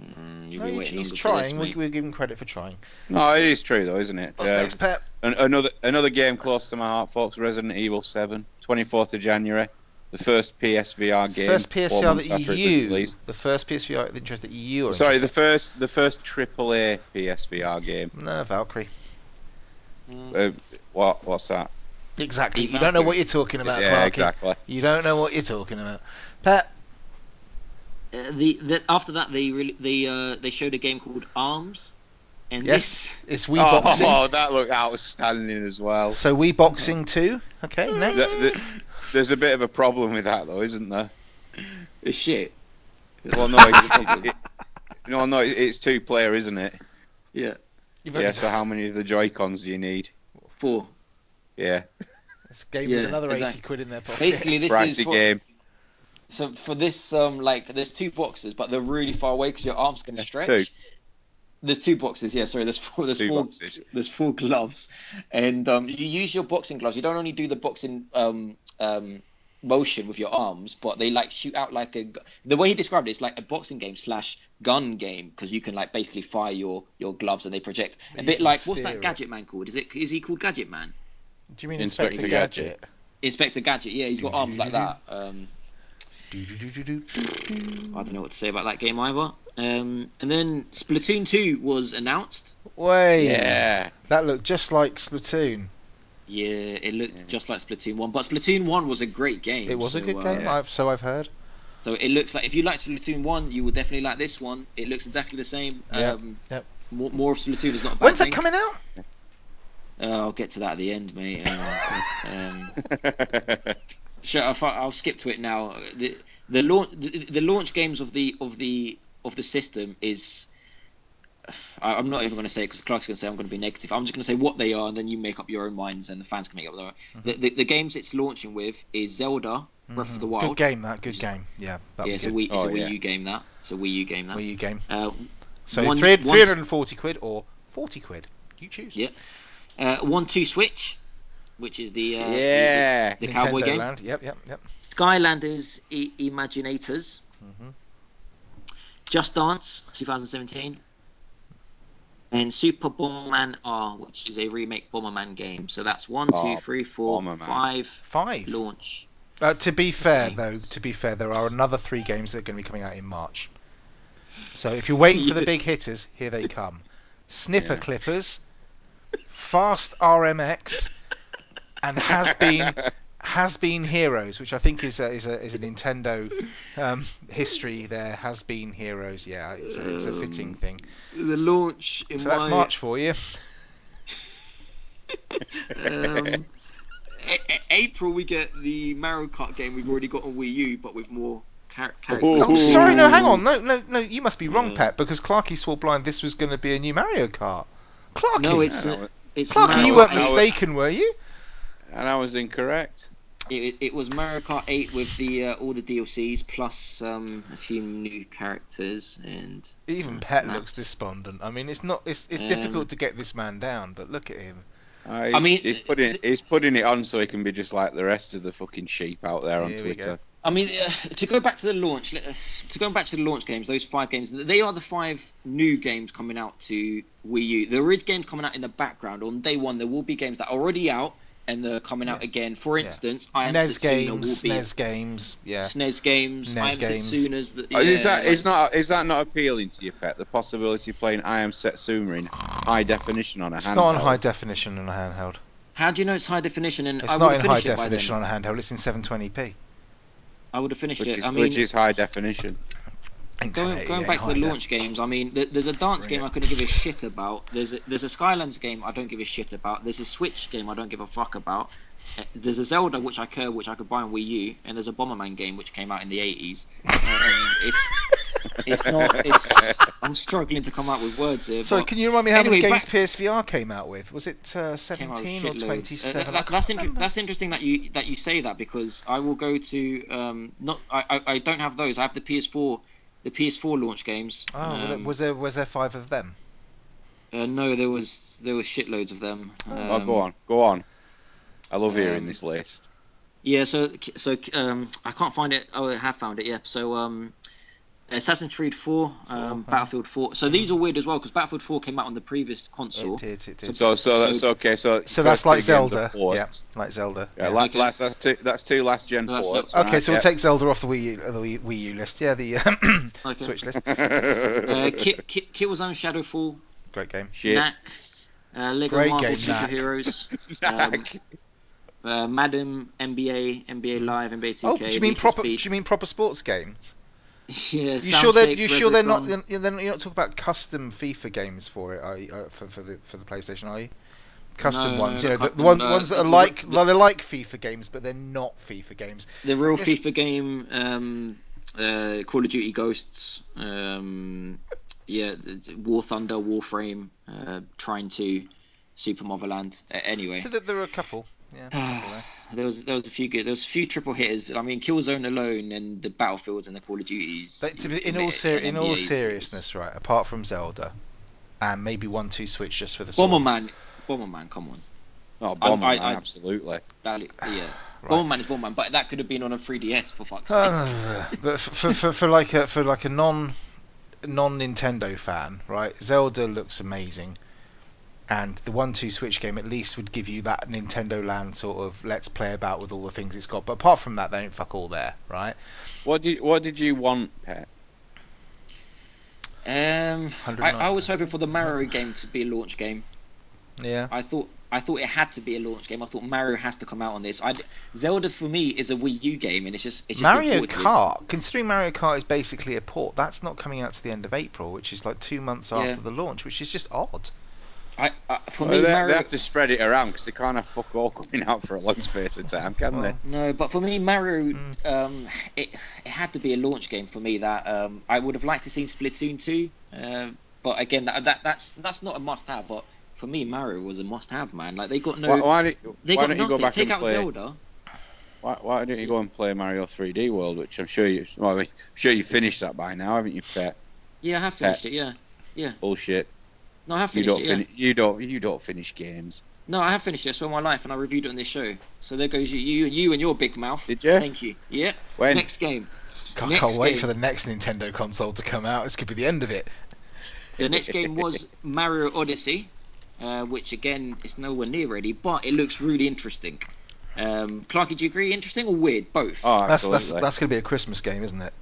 Mm, you'll
no,
be
he-
waiting
he's
longer for this,
trying.
mate.
we, we give him credit for trying.
No, Oh, it is true though, isn't it?
What's
Uh,
next, Pep?
an- another another game close to my heart, folks. Resident Evil 7, 24th of January, the first PSVR game.
first
four
PSVR
months
that
after it was
you,
released.
the first PSVR interest that you are
Sorry, the
interested-
first the first AAA PSVR game.
no Valkyrie.
What what's that?
Exactly.
The
You don't know
Valkyrie.
what you're talking about,
yeah,
Clarky.
exactly.
You don't know what you're talking about, Pep.
Uh, the, the after that they really they uh they showed a game called Arms, and
Yes, it's Wii
Oh,
Boxing.
oh, that looked outstanding as well.
So Wii Boxing too. Okay,
Th-
next.
th- there's a bit of a problem with that though, isn't there?
this is shit.
Well, no, it, it, it, no, no, it- it's two player, isn't it?
Yeah,
You've
Yeah.
already-
So how many of the Joy Cons do you need?
four.
Yeah,
It's game
Yeah,
with another
exactly.
eighty quid in their pocket.
Basically, this is
pricey
for-
game.
So for this, um, like there's two boxes, but they're really far away because your arms can
Yeah,
stretch.
two.
There's two boxes, yeah. Sorry, there's four. There's
Two
four.
boxes.
There's four gloves, and um, you use your boxing gloves. You don't only do the boxing um, um, motion with your arms, but they like shoot out like a. gu- The way he described it, it's like a boxing game slash gun game because you can like basically fire your your gloves and they project a
You
bit
can
like what's
steer
that
it.
Gadget Man called? Is it is he called Gadget Man?
Do you mean
Inspector
Inspector
Gadget?
Gadget?
Inspector Gadget, yeah, he's got arms like that. Um, I don't know what to say about that game either. Um, and then Splatoon 2 was announced.
Way.
Yeah.
That looked just like Splatoon.
Yeah, it looked just like Splatoon 1, but Splatoon 1 was a great game.
It was a
so,
good
uh,
game, I've, so I've heard.
So it looks like if you liked Splatoon 1, you will definitely like this one. It looks exactly the same.
Yep,
Um,
yep.
More, more of Splatoon is not a bad
When's that
thing.
coming out?
Uh, I'll get to that at the end, mate. Uh, um, Sure, I'll, fi- I'll skip to it now. The the launch the, the launch games of the of the of the system is. I- I'm not even going to say because Clark's going to say I'm going to be negative. I'm just going to say what they are, and then you make up your own minds, and the fans can make up their own.
Mm-hmm.
The, the, the games it's launching with is Zelda Breath of the
Hmm. Good
Wild.
game, that. Good game. Yeah, that
yeah,
was
it's a
good.
Wii, it's
Oh,
a Wii
yeah.
U game that. It's a Wii U game that.
Wii U game.
Uh,
So
One-
three
one-
hundred and forty quid or forty quid. You choose.
Yeah. uh, One Two Switch, which is the uh, the-
yeah.
the, the cowboy
Nintendo
game.
Land. Yep, yep, yep.
Skylanders I- Imaginators.
Mhm.
Just Dance 2017. And Super Bomberman R, which is a remake Bomberman game. So that's one,
Oh,
Ah,
two, three, four, five
Bomberman.
Five.
launch.
Uh, to be fair,
Games.
though, to be fair, there are another three games that are going to be coming out in March. So if you're waiting for the
Yeah.
big hitters, here they come: Snipper
Yeah.
Clippers, Fast RMX, and Has Been Has Been Heroes, which I think is a, is a is a Nintendo um, history. There Has Been Heroes. Yeah, it's a, it's a fitting thing.
The launch in
So that's
my,
March for you.
Um, a- a- April we get the Mario Kart game we've already got on Wii U, but with more char- characters.
Oh,
Ooh.
sorry, no, hang on, no, no, no. You must be wrong,
Yeah.
Pat, because Clarky swore blind this was going to be a new Mario Kart. Clarky,
No, it's
Yeah, no,
it's
Clarky,
Mario
you weren't
eight.
no, it-
mistaken, were you?
And I was incorrect.
It, it was Mario Kart 8 with the uh, all the DLCs plus um, a few new characters and
Even Pet
Max.
looks despondent. I mean, it's not. It's it's
Um,
difficult to get this man down, but look at him.
Uh, he's,
mean-
he's putting he's putting it on so he can be just like the rest of the fucking sheep out there on
Here we go.
Twitter.
I mean, uh, to go back to the launch, let- uh, to go back to the launch games, those five games, they are the five new games coming out to Wii U. There is games coming out in the background. On day one, there will be games that are already out and they're coming out again. For
Yeah.
instance, I Am
NES
Setsuna
E games,
will be
NES games, yeah.
SNES games,
NES
I Am
games.
Setsuna's. The,
Oh, Uh, is
yeah,
that is not is that not appealing to you, Pet? The possibility of playing I Am Setsuma in high definition on a
It's
handheld.
not on high definition on a handheld.
How do you know it's high definition? And
It's
I
not
would
in
have
high
finished it by
definition
then.
on a handheld. It's in 720p.
I would have finished
which
it.
is
I mean,
which is high definition.
In
Going,
1080,
going
yeah,
back to
high
the
def.
launch games, I mean, th- there's a dance
Bring
game
it.
I couldn't give a shit about. There's a, there's a Skylands game I don't give a shit about. There's a Switch game I don't give a fuck about. Uh, There's a Zelda which I care, which I could buy on Wii U, and there's a Bomberman game which came out in the 80s. Uh, and it's, it's not. It's, I'm struggling to come up with words here.
So
but
can you remind me how many
Anyway,
games
back-
PSVR came out with? Was it uh,
came out with
17 or
shitloads. Uh,
27?
that-
I
that-
can't
that's inter-
remember.
that's interesting that you that you say that because I will go to um not I, I, I don't have those. I have the PS4 the PS4 launch games.
Oh, well, there-
Um,
was there was there five of them?
Uh, no, there was there was shitloads of them. Um,
oh, go on, go on. I love
um,
hearing this list.
Yeah, so so um, I can't find it. Oh, I have found it. Yeah, so um, Assassin's Creed 4, um,
Four, huh.
Battlefield 4. So these are weird as well because Battlefield 4 came out on the previous console.
It did, it did.
So so that's
so-
okay. So
So that's
first two
like
games are
Zelda. Yeah,
ports.
like Zelda.
Yeah,
yeah.
la-
Okay.
last- that's two that's two last gen
That's
ports.
Okay,
right,
so we'll take Zelda off the Wii U, the Wii, Wii U list. Yeah, the uh,
Okay.
Switch list.
Uh,
yeah.
Ki- Ki- Killzone Shadowfall,
Great game.
Shit.
Knack, uh, Lego
Great
Marvel
game, Knack.
Superheroes, um,
Knack.
uh, Madam, NBA, NBA Live, NBA 2K.
Oh, do you mean
Need for
proper? Do
Speed.
you mean proper sports games?
yeah,
You sure they?
Soundshake,
You sure they're not?
Resogun.
You're, they're not, you're not talking about custom FIFA games for it, are you, uh, for, for the for the PlayStation, are you? Custom
No,
ones,
no,
you know,
the
the, the
custom,
ones
uh,
ones that
the-
are
the-
like
the-
they're like FIFA games, but they're not FIFA games.
The real
Yes.
FIFA game, um, uh, Call of Duty Ghosts, um, yeah, th- th- War Thunder, Warframe, uh, Trine 2, Super Motherland. Uh, anyway,
So there, there are a couple. Yeah. a couple there.
there was there was a few good, there was a few triple hitters. I mean, Killzone alone and the Battlefields and the Call of Duties.
But to
and-
be, in
and
all ser- in all
NBAs.
seriousness, right? Apart from Zelda, and maybe one two Switch just for the sword.
Bomberman, Bomberman, come on,
Oh, Bomberman,
I- I-
absolutely.
that yeah. Bomberman is Bomberman, but that could have been on a 3DS for fuck's sake.
Uh, but f- for, for for like a for like a non non Nintendo fan, right? Zelda looks amazing, and the one two Switch game at least would give you that Nintendo Land sort of let's play about with all the things it's got. But apart from that, they ain't fuck all there, right?
What did what did you want, Pet?
Um, I,
109.
I was hoping for the Mario game to be a launch game.
Yeah.
I thought I thought it had to be a launch game. I thought Mario has to come out on this. I Zelda for me is a Wii U game, and it's just it's just been
Mario
ported to this-
Kart, considering Mario Kart is basically a port, that's not coming out to the end of April, which is like two months
Yeah.
after the launch, which is just odd.
I, I, for
Well,
me,
they, they
Mario.
have to spread it around because they can't have fuck all coming out for a long space of time, can
Well,
they?
No, but for me, Mario,
Mm.
um, it it had to be a launch game for me. That um, I would have liked to seen Splatoon two, uh, but again, that, that that's that's not a must have. But for me, Mario was a must have, man. Like they got no,
why why, don't-
they
why
got
don't you
nothing.
go back
Take
and
out
play?
Zelda.
Why, why don't you go and play Mario 3D World, which I'm sure you, well, I mean, I'm sure you finished that by now, haven't you, Pet?
Yeah, I have finished it. Yeah,
Bullshit.
no, I have
You
finished
don't
it. Yeah.
finish. You don't. You don't finish games.
No, I have finished it. It's all my life, and I reviewed it on this show. So there goes you, you, you and your big mouth.
Did you?
Thank you. Yeah.
When?
Next game.
God,
Next
can't wait
game.
for the next Nintendo console to come out. This could be the end of it.
The next game was Mario Odyssey, uh, which again is nowhere near ready, but it looks really interesting. Um, Clarky, do you agree? Interesting or weird? Both.
Oh,
That's
absolutely.
that's that's going to be a Christmas game, isn't it?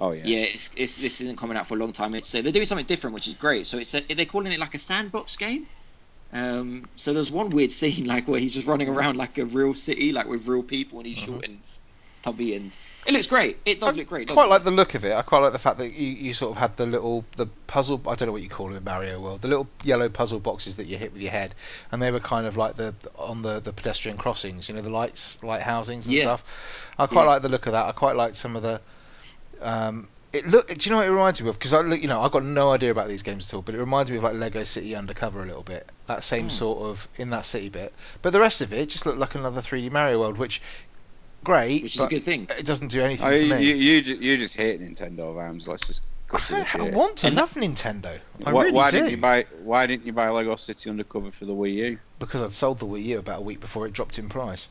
oh yeah.
Yeah, it's, it's, this isn't coming out for a long time. It's uh, they're doing something different, which is great. So it's a, they're calling it like a sandbox game. Um, so there's one weird scene like where he's just running around like a real city, like with real people, and he's
Mm-hmm.
short and tubby, and it looks great. It does look great.
quite
doesn't it?
like the look of it. I quite like the fact that you, you sort of had the little the puzzle. I don't know what you call them in Mario World. The little yellow puzzle boxes that you hit with your head, and they were kind of like the on the, the pedestrian crossings. You know the lights, light housings and
Yeah.
stuff. I quite
Yeah.
like the look of that. I quite like some of the. Um, it look. Do you know what it reminds me of? Because I look, you know, I got no idea about these games at all, but it reminds me of like Lego City Undercover a little bit. That
Hmm.
same sort of in that city bit, but the rest of it just looked like another 3D Mario World, which great,
which is
but
a good thing.
it doesn't do anything
Oh,
for
you,
me.
you, you, ju- you just hate Nintendo Arms. Let's just cut to the
I,
chase.
I want to
And-
love Nintendo. I
why
really
why
do.
didn't you buy? Why didn't you buy Lego City Undercover for the Wii U?
Because I'd sold the Wii U about a week before it dropped in price.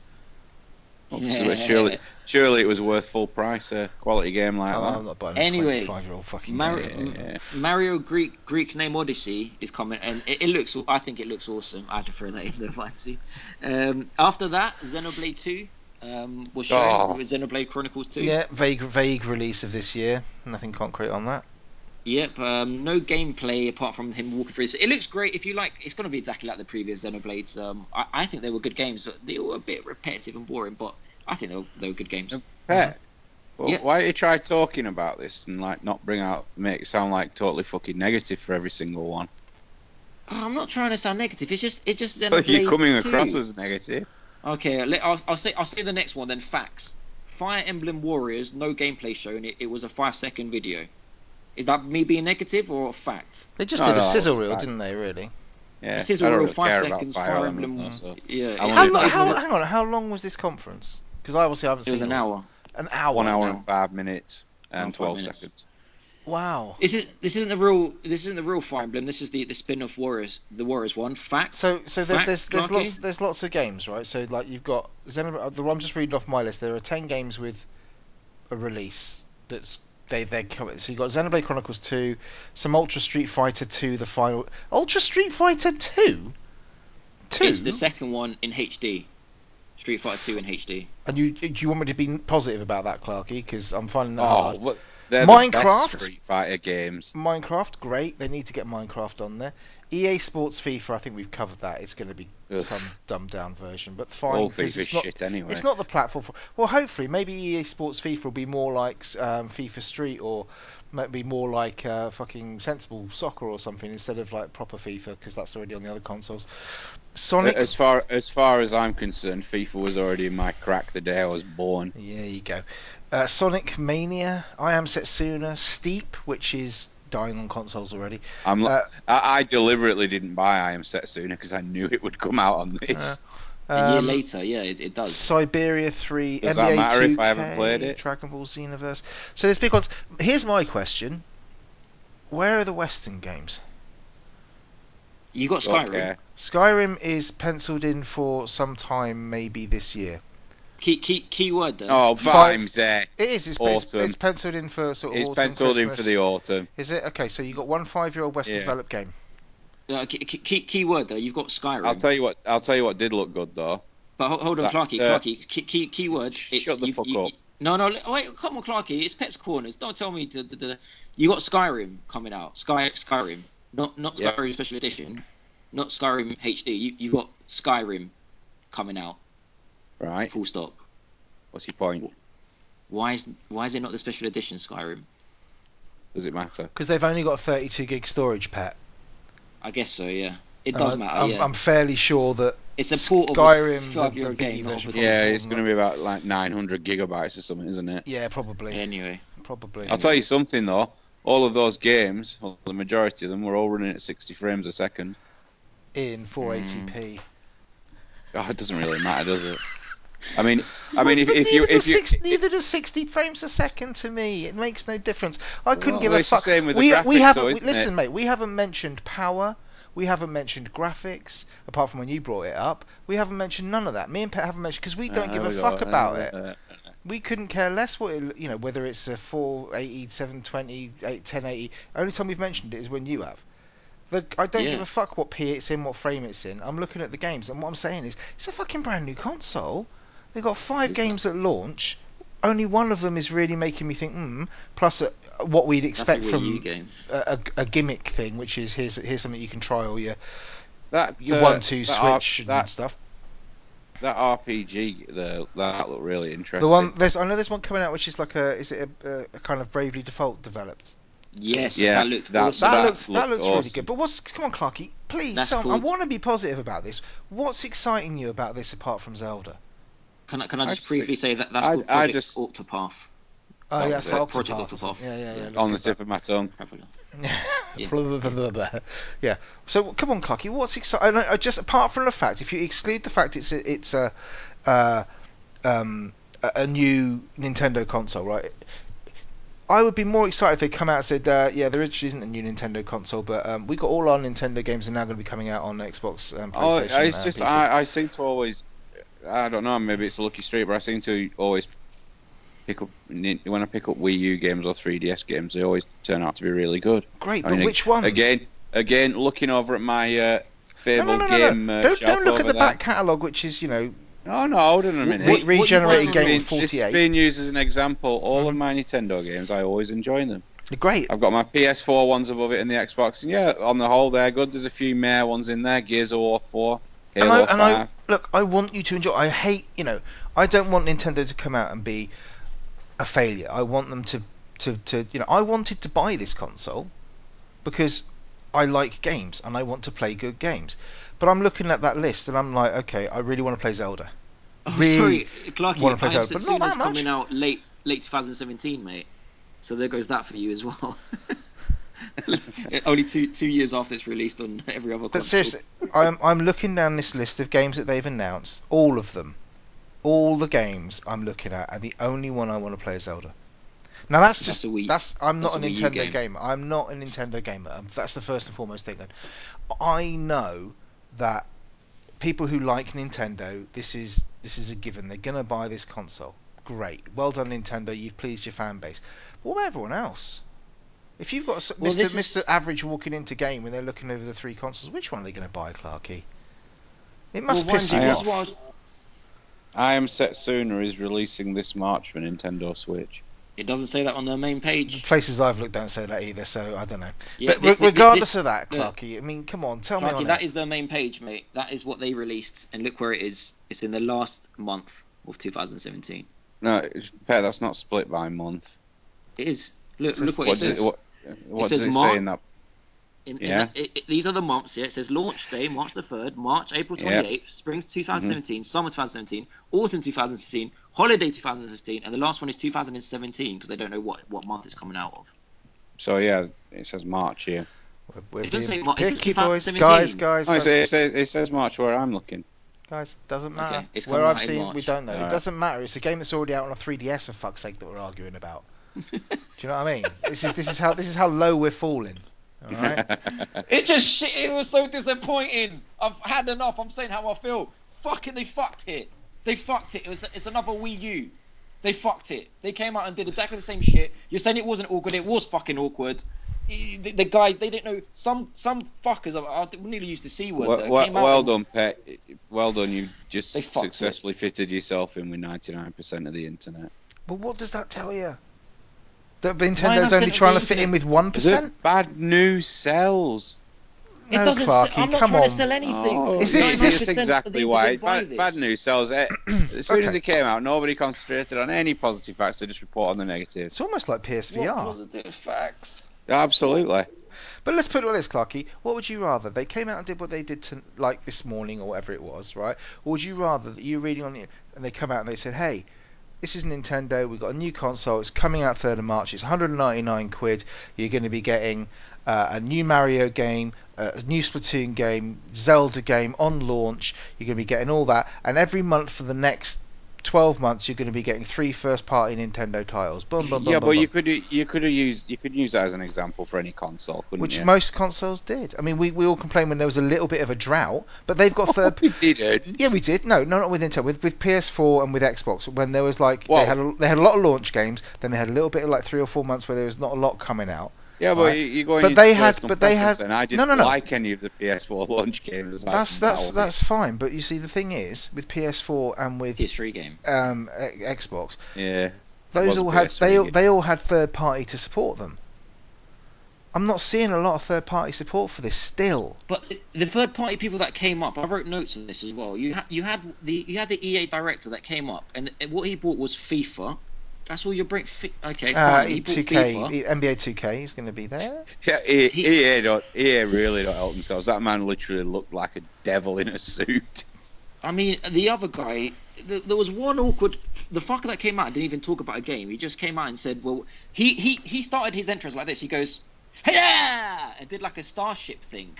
Obviously, but surely, surely it was worth full price a quality game like
Oh, I'm
that.
not buying
Anyway,
a 25 year old fucking
Mar-
game.
m-
yeah.
Mario Greek Greek Name Odyssey is coming, and it, it looks. I think it looks awesome. I had to throw that in there, fancy. Um, after that, Xenoblade Two um, was shown.
Oh.
with Xenoblade Chronicles Two.
Yeah, vague vague release of this year. Nothing concrete on that.
Yep. Um, no gameplay apart from him walking through. So it looks great. If you like, it's going to be exactly like the previous Xenoblades. Um, I, I think they were good games. They were a bit repetitive and boring, but I think they were, they were good games.
Pet, well,
Yeah.
why don't you try talking about this and like not bring out make it sound like totally fucking negative for every single one?
Oh, I'm not trying to sound negative. It's just it's just
But
Xenoblade.
you're coming
2.
across as negative.
Okay, let- I'll, I'll say I'll say the next one then. Facts. Fire Emblem Warriors, no gameplay shown. It, it was a five-second video. Is that me being negative or a fact?
They just
No,
did
no,
a
that
sizzle
was
reel,
bad.
didn't they? Really?
Yeah,
This is
I
all
don't
real
really
five
care
seconds.
about
Fire, Emblem.
though, so-
Yeah,
I
it-
wanted
How
it
lo-
was-
how, hang on, how long was this conference? Because I obviously haven't
It was
seen
an hour.
An hour.
one hour
now.
and five minutes
One
and
five
twelve
minutes.
seconds.
Wow.
This is this isn't the real this isn't the real Fire Emblem. This is the the spin-off Warriors, the Warriors one. Facts.
So so there,
Fact,
there's there's
Clarky?
lots there's lots of games, right? So like you've got Xenoblade. The one I'm just reading off my list. There are ten games with a release that's they they come. So you have got Xenoblade Chronicles two, some Ultra Street Fighter two, the final Ultra Street Fighter two, two.
It's the second one in HD. Street Fighter 2 in HD.
and you do you want me to be positive about that, Clarky? Because I'm finding that
Oh,
hard.
but they're Minecraft the
Minecraft?
best Street Fighter games.
Minecraft, great. They need to get Minecraft on there. EA Sports FIFA, I think we've covered that. It's going to be
Ugh.
some dumbed down version, but fine.
All
'cause
FIFA
it's not,
shit anyway.
It's not the platform for. Well, hopefully, maybe EA Sports FIFA will be more like um, FIFA Street, or maybe more like uh, fucking sensible soccer or something instead of like proper FIFA because that's already on the other consoles. Sonic.
As far as far as I'm concerned, FIFA was already in my crack the day I was born.
Yeah, there you go. Uh, Sonic Mania. I am Setsuna. Steep, which is dying on consoles already.
I'm li-
Uh,
I, I deliberately didn't buy I Am Setsuna because I knew it would come out on this.
a year
Um,
later, yeah, it, it does.
Siberia 3,
Does
NBA
that matter
2K,
if I haven't played it?
Dragon Ball Xenoverse. So there's big ones. Here's my question: Where are the Western games?
You got Skyrim.
Okay.
Skyrim is penciled in for some time, maybe this year.
Key key key word though.
Oh,
Five-
Vimes there.
It is. It's, it's,
Autumn.
it's penciled in for sort of.
It's
autumn,
penciled in
Christmas.
for the autumn.
Is it okay? So you got one five-year-old Western
Yeah.
developed game. Oh.
Uh, key, key, key word though. You've got Skyrim.
I'll tell you what. I'll tell you what did look good though.
But ho- hold on,
That,
Clarky,
uh,
Clarky, key, key, key word.
shut the fuck up.
No, no, li- wait, come on, Clarky. It's Pets Corners. Don't tell me. To, to, to, you got Skyrim coming out. Sky, Skyrim. Not not
Yeah.
Skyrim Special Edition. Not Skyrim HD. You you got Skyrim coming out.
Right.
Full stop.
What's your point?
Why is why is it not the Special Edition Skyrim?
Does it matter?
Because they've only got 32 gig storage, pet.
I guess so. Yeah. It does
Uh,
matter.
I'm,
yeah.
I'm fairly sure that
it's a port of
Skyrim,
a
the-
five-year
the biggie
game. not
version
of a-
probably.
Yeah,
more
it's
than
going to
that.
be about like 900 gigabytes or something, isn't it?
yeah, probably,
Anyway.
probably.
I'll tell you something though. All of those games, well, the majority of them, were all running at 60 frames a second.
in 480p.
Oh, it doesn't really matter, does it? I mean, I
Well,
mean, if,
but
if you
neither
if
does
you
six, neither does sixty frames a second to me. It makes no difference. I couldn't
Well,
give a
it's the
fuck.
same with the
we we
graphics,
haven't
though,
we-
isn't
listen, mate. We haven't mentioned power. We haven't mentioned graphics, apart from when you brought it up. We haven't mentioned none of that. Me and Pet haven't mentioned because we
Uh,
don't give a fuck about it. We couldn't care less what it, you know whether it's a 480, 720, 8, 1080. Only time we've mentioned it is when you have. The, I don't
Yeah.
give a fuck what P it's in, what frame it's in. I'm looking at the games, and what I'm saying is, it's a fucking brand new console. They've got five games at launch. Only one of them is really making me think, hmm. Plus, uh what we'd
That's a
expect
Wii U
from
game.
a, a, a gimmick thing, which is here's here's something you can try all your,
That
your
uh,
one two
that R-
switch and
that
stuff.
that RPG the, that looked really interesting.
The one there's I know there's one coming out which is like a is it a, a kind of Bravely Default developed.
Yes,
Yeah,
that looked
that-
awesome.
that,
that
looks that
looked
looks really
awesome.
good. But what's come on, Clarky? Please,
That's
some, I
called-
want to be positive about this. What's exciting you about this apart from Zelda?
Can I, can I
I
just
just
briefly say that that's
I-
called
I
Project
just-
Octopath?
Oh,
That
yeah,
was
it's
it.
Octopath
Project
or something.
Octopath.
Yeah, yeah, yeah. let's
on
go
the
with that.
tip of my tongue.
Have a look. Yeah.
Blah, blah, blah, blah, blah. yeah. So come on, Clarky. What's exciting? I, I just apart from the fact, if you exclude the fact it's a, it's a uh, um, a, a new Nintendo console, right? I would be more excited if they come out and said, uh, "Yeah, there actually isn't a new Nintendo console, but um, we got all our Nintendo games are now going to be coming out on Xbox and
Oh,
PlayStation." uh,
it's
and
just
PC."
I, I seem to always I don't know. Maybe it's a lucky streak, but I seem to always pick up when I pick up Wii U games or 3DS games. They always turn out to be really good.
Great,
I
but
mean,
which ones?
Again, again, looking over at my uh,
no,
fabled
no, no, no,
game
no.
uh,
don't,
shelf
don't look
over
at the
there.
back catalogue, which is you know
No, no, hold on a minute.
re-
what you
regenerated
want
game Mm-hmm. in
Being- This is
48.
being used as an example. All of my Nintendo games, I always enjoy them.
Great.
I've got my PS4 ones above it and the Xbox. And yeah, on the whole, they're good. There's a few Mare ones in there. Gears of War 4,
and I,
Halo
and
5.
I look, I want you to enjoy. I hate, you know, I don't want Nintendo to come out and be a failure. I want them to, to, to you know, I wanted to buy this console because I like games and I want to play good games. But I'm looking at that list and I'm like, okay, I really want to play Zelda.
Oh,
Really
sorry, Clarky,
wanna play
I
Zelda,
said
but not that
Setsuna's
much.
coming out late, late 2017, mate. So there goes that for you as well. Only two two years after it's released on every other.
But
console.
seriously, I'm I'm looking down this list of games that they've announced, all of them, all the games I'm looking at, and the only one I want to play is Zelda. Now that's
That's
just
a Wii-
that's, I'm not a
that's a Wii U
Nintendo
game.
gamer. I'm not a Nintendo gamer. Um, That's the first and foremost thing. And I know that people who like Nintendo, this is this is a given. They're gonna buy this console. Great, well done Nintendo. You've pleased your fan base. But what about everyone else? If you've got s
Well,
Mr.
this
Mr.
is-
Average walking into game when they're looking over the three consoles, which one are they going to buy, Clarky? It
Well,
must
one-
piss you
this
off.
is what I was-
I Am Setsuna is releasing this March for Nintendo Switch.
It doesn't say that on their main page.
Places I've looked don't say that either, so I don't know.
Yeah,
but
thi-
re-
thi- thi-
regardless
this-
of that,
uh,
Clarky, I mean, come on, tell me
Clarky,
on
that
it.
is their main page, mate. That is what they released, and look where it is. It's in the last month of 2017.
No, it's- Pat, that's not split by month.
It is. Look,
says-
look what,
What
it
does
says.
it, what, what
says
does it
March.
say in that?
in, in
Yeah.
that- it, it- these are the months here. It says launch day, March the 3rd, March, April
Yeah. Mm-hmm.
28th, spring 2017, summer 2017, autumn 2016, holiday 2016, and the last one is 2017 because they don't know what, what month it's coming out of.
So yeah, it says March here.
We're- We're
it doesn't
being
say what- it says
picky, boys.
2017.
Guys, guys,
Oh, it
guys,
says, it, says, it says March where I'm looking.
guys, doesn't matter.
Okay, it's
Where
coming
I've
out in
seen, we
March.
don't know. It
Alright.
doesn't matter. It's a game that's already out on a 3DS, for fuck's sake, that we're arguing about. Do you know what I mean? This is this is how this is how low we're falling. All right.
It just shit. It was so disappointing. I've had enough. I'm saying how I feel. Fucking, they fucked it. They fucked it. It was. It's another Wii U. They fucked it. They came out and did exactly the same shit. You're saying it wasn't awkward. It was fucking awkward. The, the guys, they didn't know. Some some fuckers. I, I nearly used the c word.
Well,
though,
well,
came out
well
and-
done, Pat. Well done. You just
They fucked it.
successfully fitted yourself in with 99% of the internet.
But what does that tell you? That
Why
Nintendo's
not
only
set
trying
the
to fit in
internet?
with one
The
percent.
bad news sells.
It
No,
doesn't.
Clarky,
I'm not
come
trying
on.
to sell anything.
Oh,
Is this-
no,
is
no,
this-
that's
99% of
exactly
them
why?
didn't buy
Bad,
this.
bad news sells. Eh, As soon as
Okay.
it came out, nobody concentrated on any positive facts. They just report on the negatives.
It's almost like
What
PSVR.
positive facts?
Absolutely.
But let's put it like this, Clarky. What would you rather? They came out and did what they did to, like this morning or whatever it was, right? Or would you rather that you're reading on the and they come out and they said, "Hey, this is Nintendo. We've got a new console. It's coming out third of March. It's 199 quid. You're going to be getting uh, a new Mario game, uh, a new Splatoon game, Zelda game on launch. You're going to be getting all that, and every month for the next 12 months, you're going to be getting three first-party Nintendo titles. Boom, boom, boom,
yeah,
boom,
but
boom.
you could you could have used you could use that as an example for any console, couldn't
which
you?
most consoles did. I mean, we, we all complained when there was a little bit of a drought, but they've got third.
It didn't.
yeah, we did. No, no, not with Intel. With with PS4 and with Xbox, when there was like
Well-
they had a, they had a lot of launch games, then they had a little bit of like three or four months where there was not a lot coming out.
Yeah, but
Right.
you- you're going.
But
into
they had-
personal
but they had-
preference, and I didn't
no, no, no.
like any of the PS4 launch games. aside
That's
from
that's
that one.
that's fine. But you see, the thing is, with PS4 and with
PS3 game.
um, e- Xbox,
yeah.
those
was
all
a
had
PS3
they all,
game.
they all had third party to support them. I'm not seeing a lot of third party support for this still.
But the third party people that came up, I wrote notes on this as well. You had you had the you had the EA director that came up, and what he bought was FIFA. That's all you bring. Fi- okay,
Uh,
fine. he bought
2K,
FIFA.
NBA 2K is going to be there.
Yeah, E, EA,
He-
EA, don't, EA E really don't help themselves. That man literally looked like a devil in a suit.
I mean, the other guy. th there was one awkward. The fucker that came out and didn't even talk about a game. He just came out and said, "Well, he he he started his entrance like this. He goes, yeah, and did like a starship thing,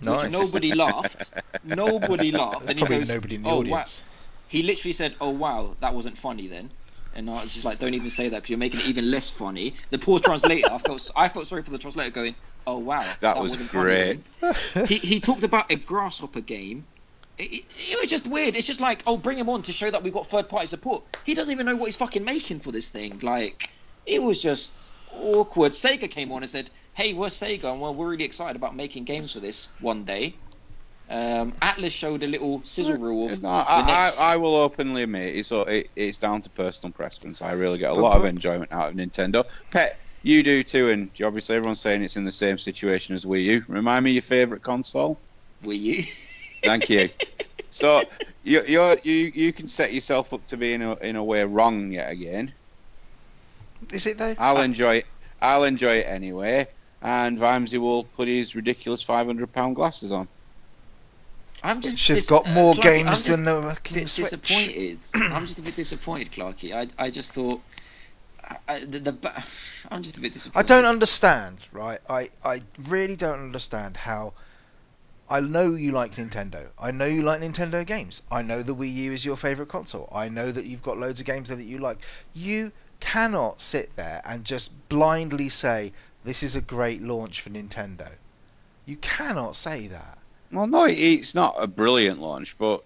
Nice.
which nobody laughed. Nobody laughed.
There's
and he
probably
goes,
nobody in the
"Oh, wow."
audience.
he literally said, "Oh wow, that wasn't funny then." And I was just like, "Don't even say that because you're making it even less funny." The poor translator. I felt I felt sorry for the translator going, "Oh wow,
That was
wasn't funny
great.
then." he he talked about a grasshopper game. It, it was just weird. It's just like, oh, bring him on to show that we've got third party support. He doesn't even know what he's fucking making for this thing. Like, it was just awkward. Sega came on and said, hey, we're Sega and we're, we're really excited about making games for this one day. Um, Atlas showed a little sizzle reel of
No,
the
I,
next-
I, I will openly admit it's all- it, it's down to personal preference. I really get a
But
lot of
for-
enjoyment out of Nintendo. Pet, you do too, and obviously everyone's saying it's in the same situation as Wii U. Remind me your favourite console.
were you?
Thank you. so you you're, you you can set yourself up to be in a in a way wrong yet again.
Is it though?
I'll enjoy it. I'll enjoy it anyway. And Vimesy will put his ridiculous five hundred pound glasses on.
I'm just.
Which have
dis-
got
uh,
more
Clarky, I'm
games
just
than the
a
fucking
bit
Switch.
disappointed. I'm just a bit disappointed, Clarky. I, I just thought. I, I, the, the, ba- I'm just a bit
I
disappointed.
don't understand, right? I, I really don't understand how. I know you like Nintendo. I know you like Nintendo games. I know the Wii U is your favourite console. I know that you've got loads of games there that you like. You cannot sit there and just blindly say, this is a great launch for Nintendo. You cannot say that.
Well, no, it- it's not a brilliant launch, but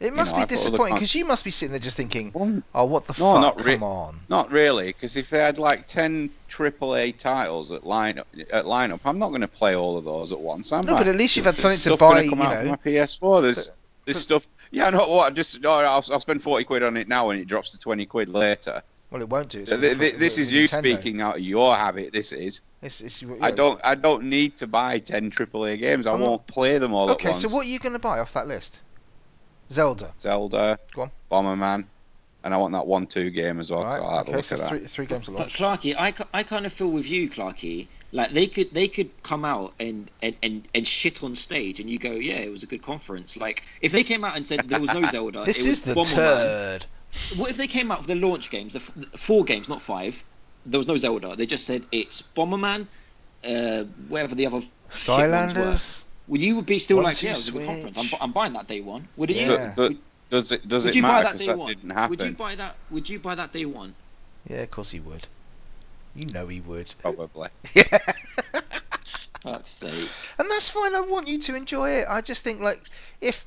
It must
know,
be
I've got other
disappointing
con-
because you must be sitting there just thinking,
well,
oh, what the
No,
fuck?
not re-
Come on.
Not really, because if they had like ten AAA titles at line at lineup, I'm not going to play all of those at once. I'm
No,
not.
but at least you've had
There's
something to
stuff
buy,
gonna
you
come out for
know.
my PS4. There's
But-
there's stuff. Yeah, no, what? Just no, I'll, I'll spend forty quid on it now, and it drops to twenty quid later.
Well, it won't do. It's
Th- th-
with-
this
with
is you
Nintendo.
speaking out of your habit. This is.
It's, it's,
I don't. I don't need to buy ten AAA games. I
I'm not-
won't play them all
Okay,
at once.
so what are you going to buy off that list? Zelda.
Zelda,
Go on.
Bomberman, and I want that one-two game as well. 'cause
right?
I'll have a
okay,
look
so
at that.
three, three games a
But
launch.
Clarky, I, ca- I kind of feel with you, Clarky. Like they could they could come out and, and, and, and shit on stage, and you go, yeah, it was a good conference. Like if they came out and said there was no Zelda,
This
it was
is the
Bomberman,
turd.
What if they came out with the launch games, the f- the four games, not five? There was no Zelda. They just said it's Bomberman, uh, whatever the other shit ones were.
Skylanders.
Would you would be still
One,
like,
two,
yeah, it was a good conference. I'm,
Switch.
bu- I'm buying that day one. Wouldn't you?
Yeah.
Do- do- does it? Does
Would
it
you buy
matter?
that
'Cause
day
that
one?
didn't happen.
Would you buy that? Would you buy that day one?
Yeah, of course he would. You know he would.
Probably.
Fuck's sake.
And that's fine. I want you to enjoy it. I just think like if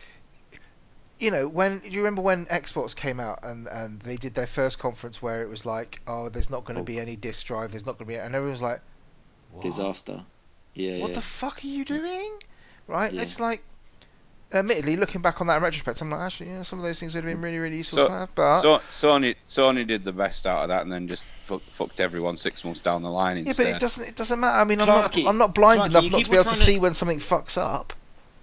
you know when do you remember when Xbox came out and and they did their first conference where it was like, oh, there's not going to be any disk drive. There's not going to be, and everyone was like, what?
Disaster. Yeah.
What
yeah.
the fuck are you doing? Right?
Yeah.
It's like, admittedly, looking back on that in retrospect, I'm like, actually, you know, some of those things would have been really, really useful
So-
to have. But
So, Sony, Sony did the best out of that, and then just fuck, fucked everyone six months down the line
yeah,
instead.
but it doesn't. It doesn't matter. I mean, I'm not.
uh, Clarky,
I'm not blind
Clarky,
enough
you
not
keep
to be able to,
on trying to-
see when something fucks up.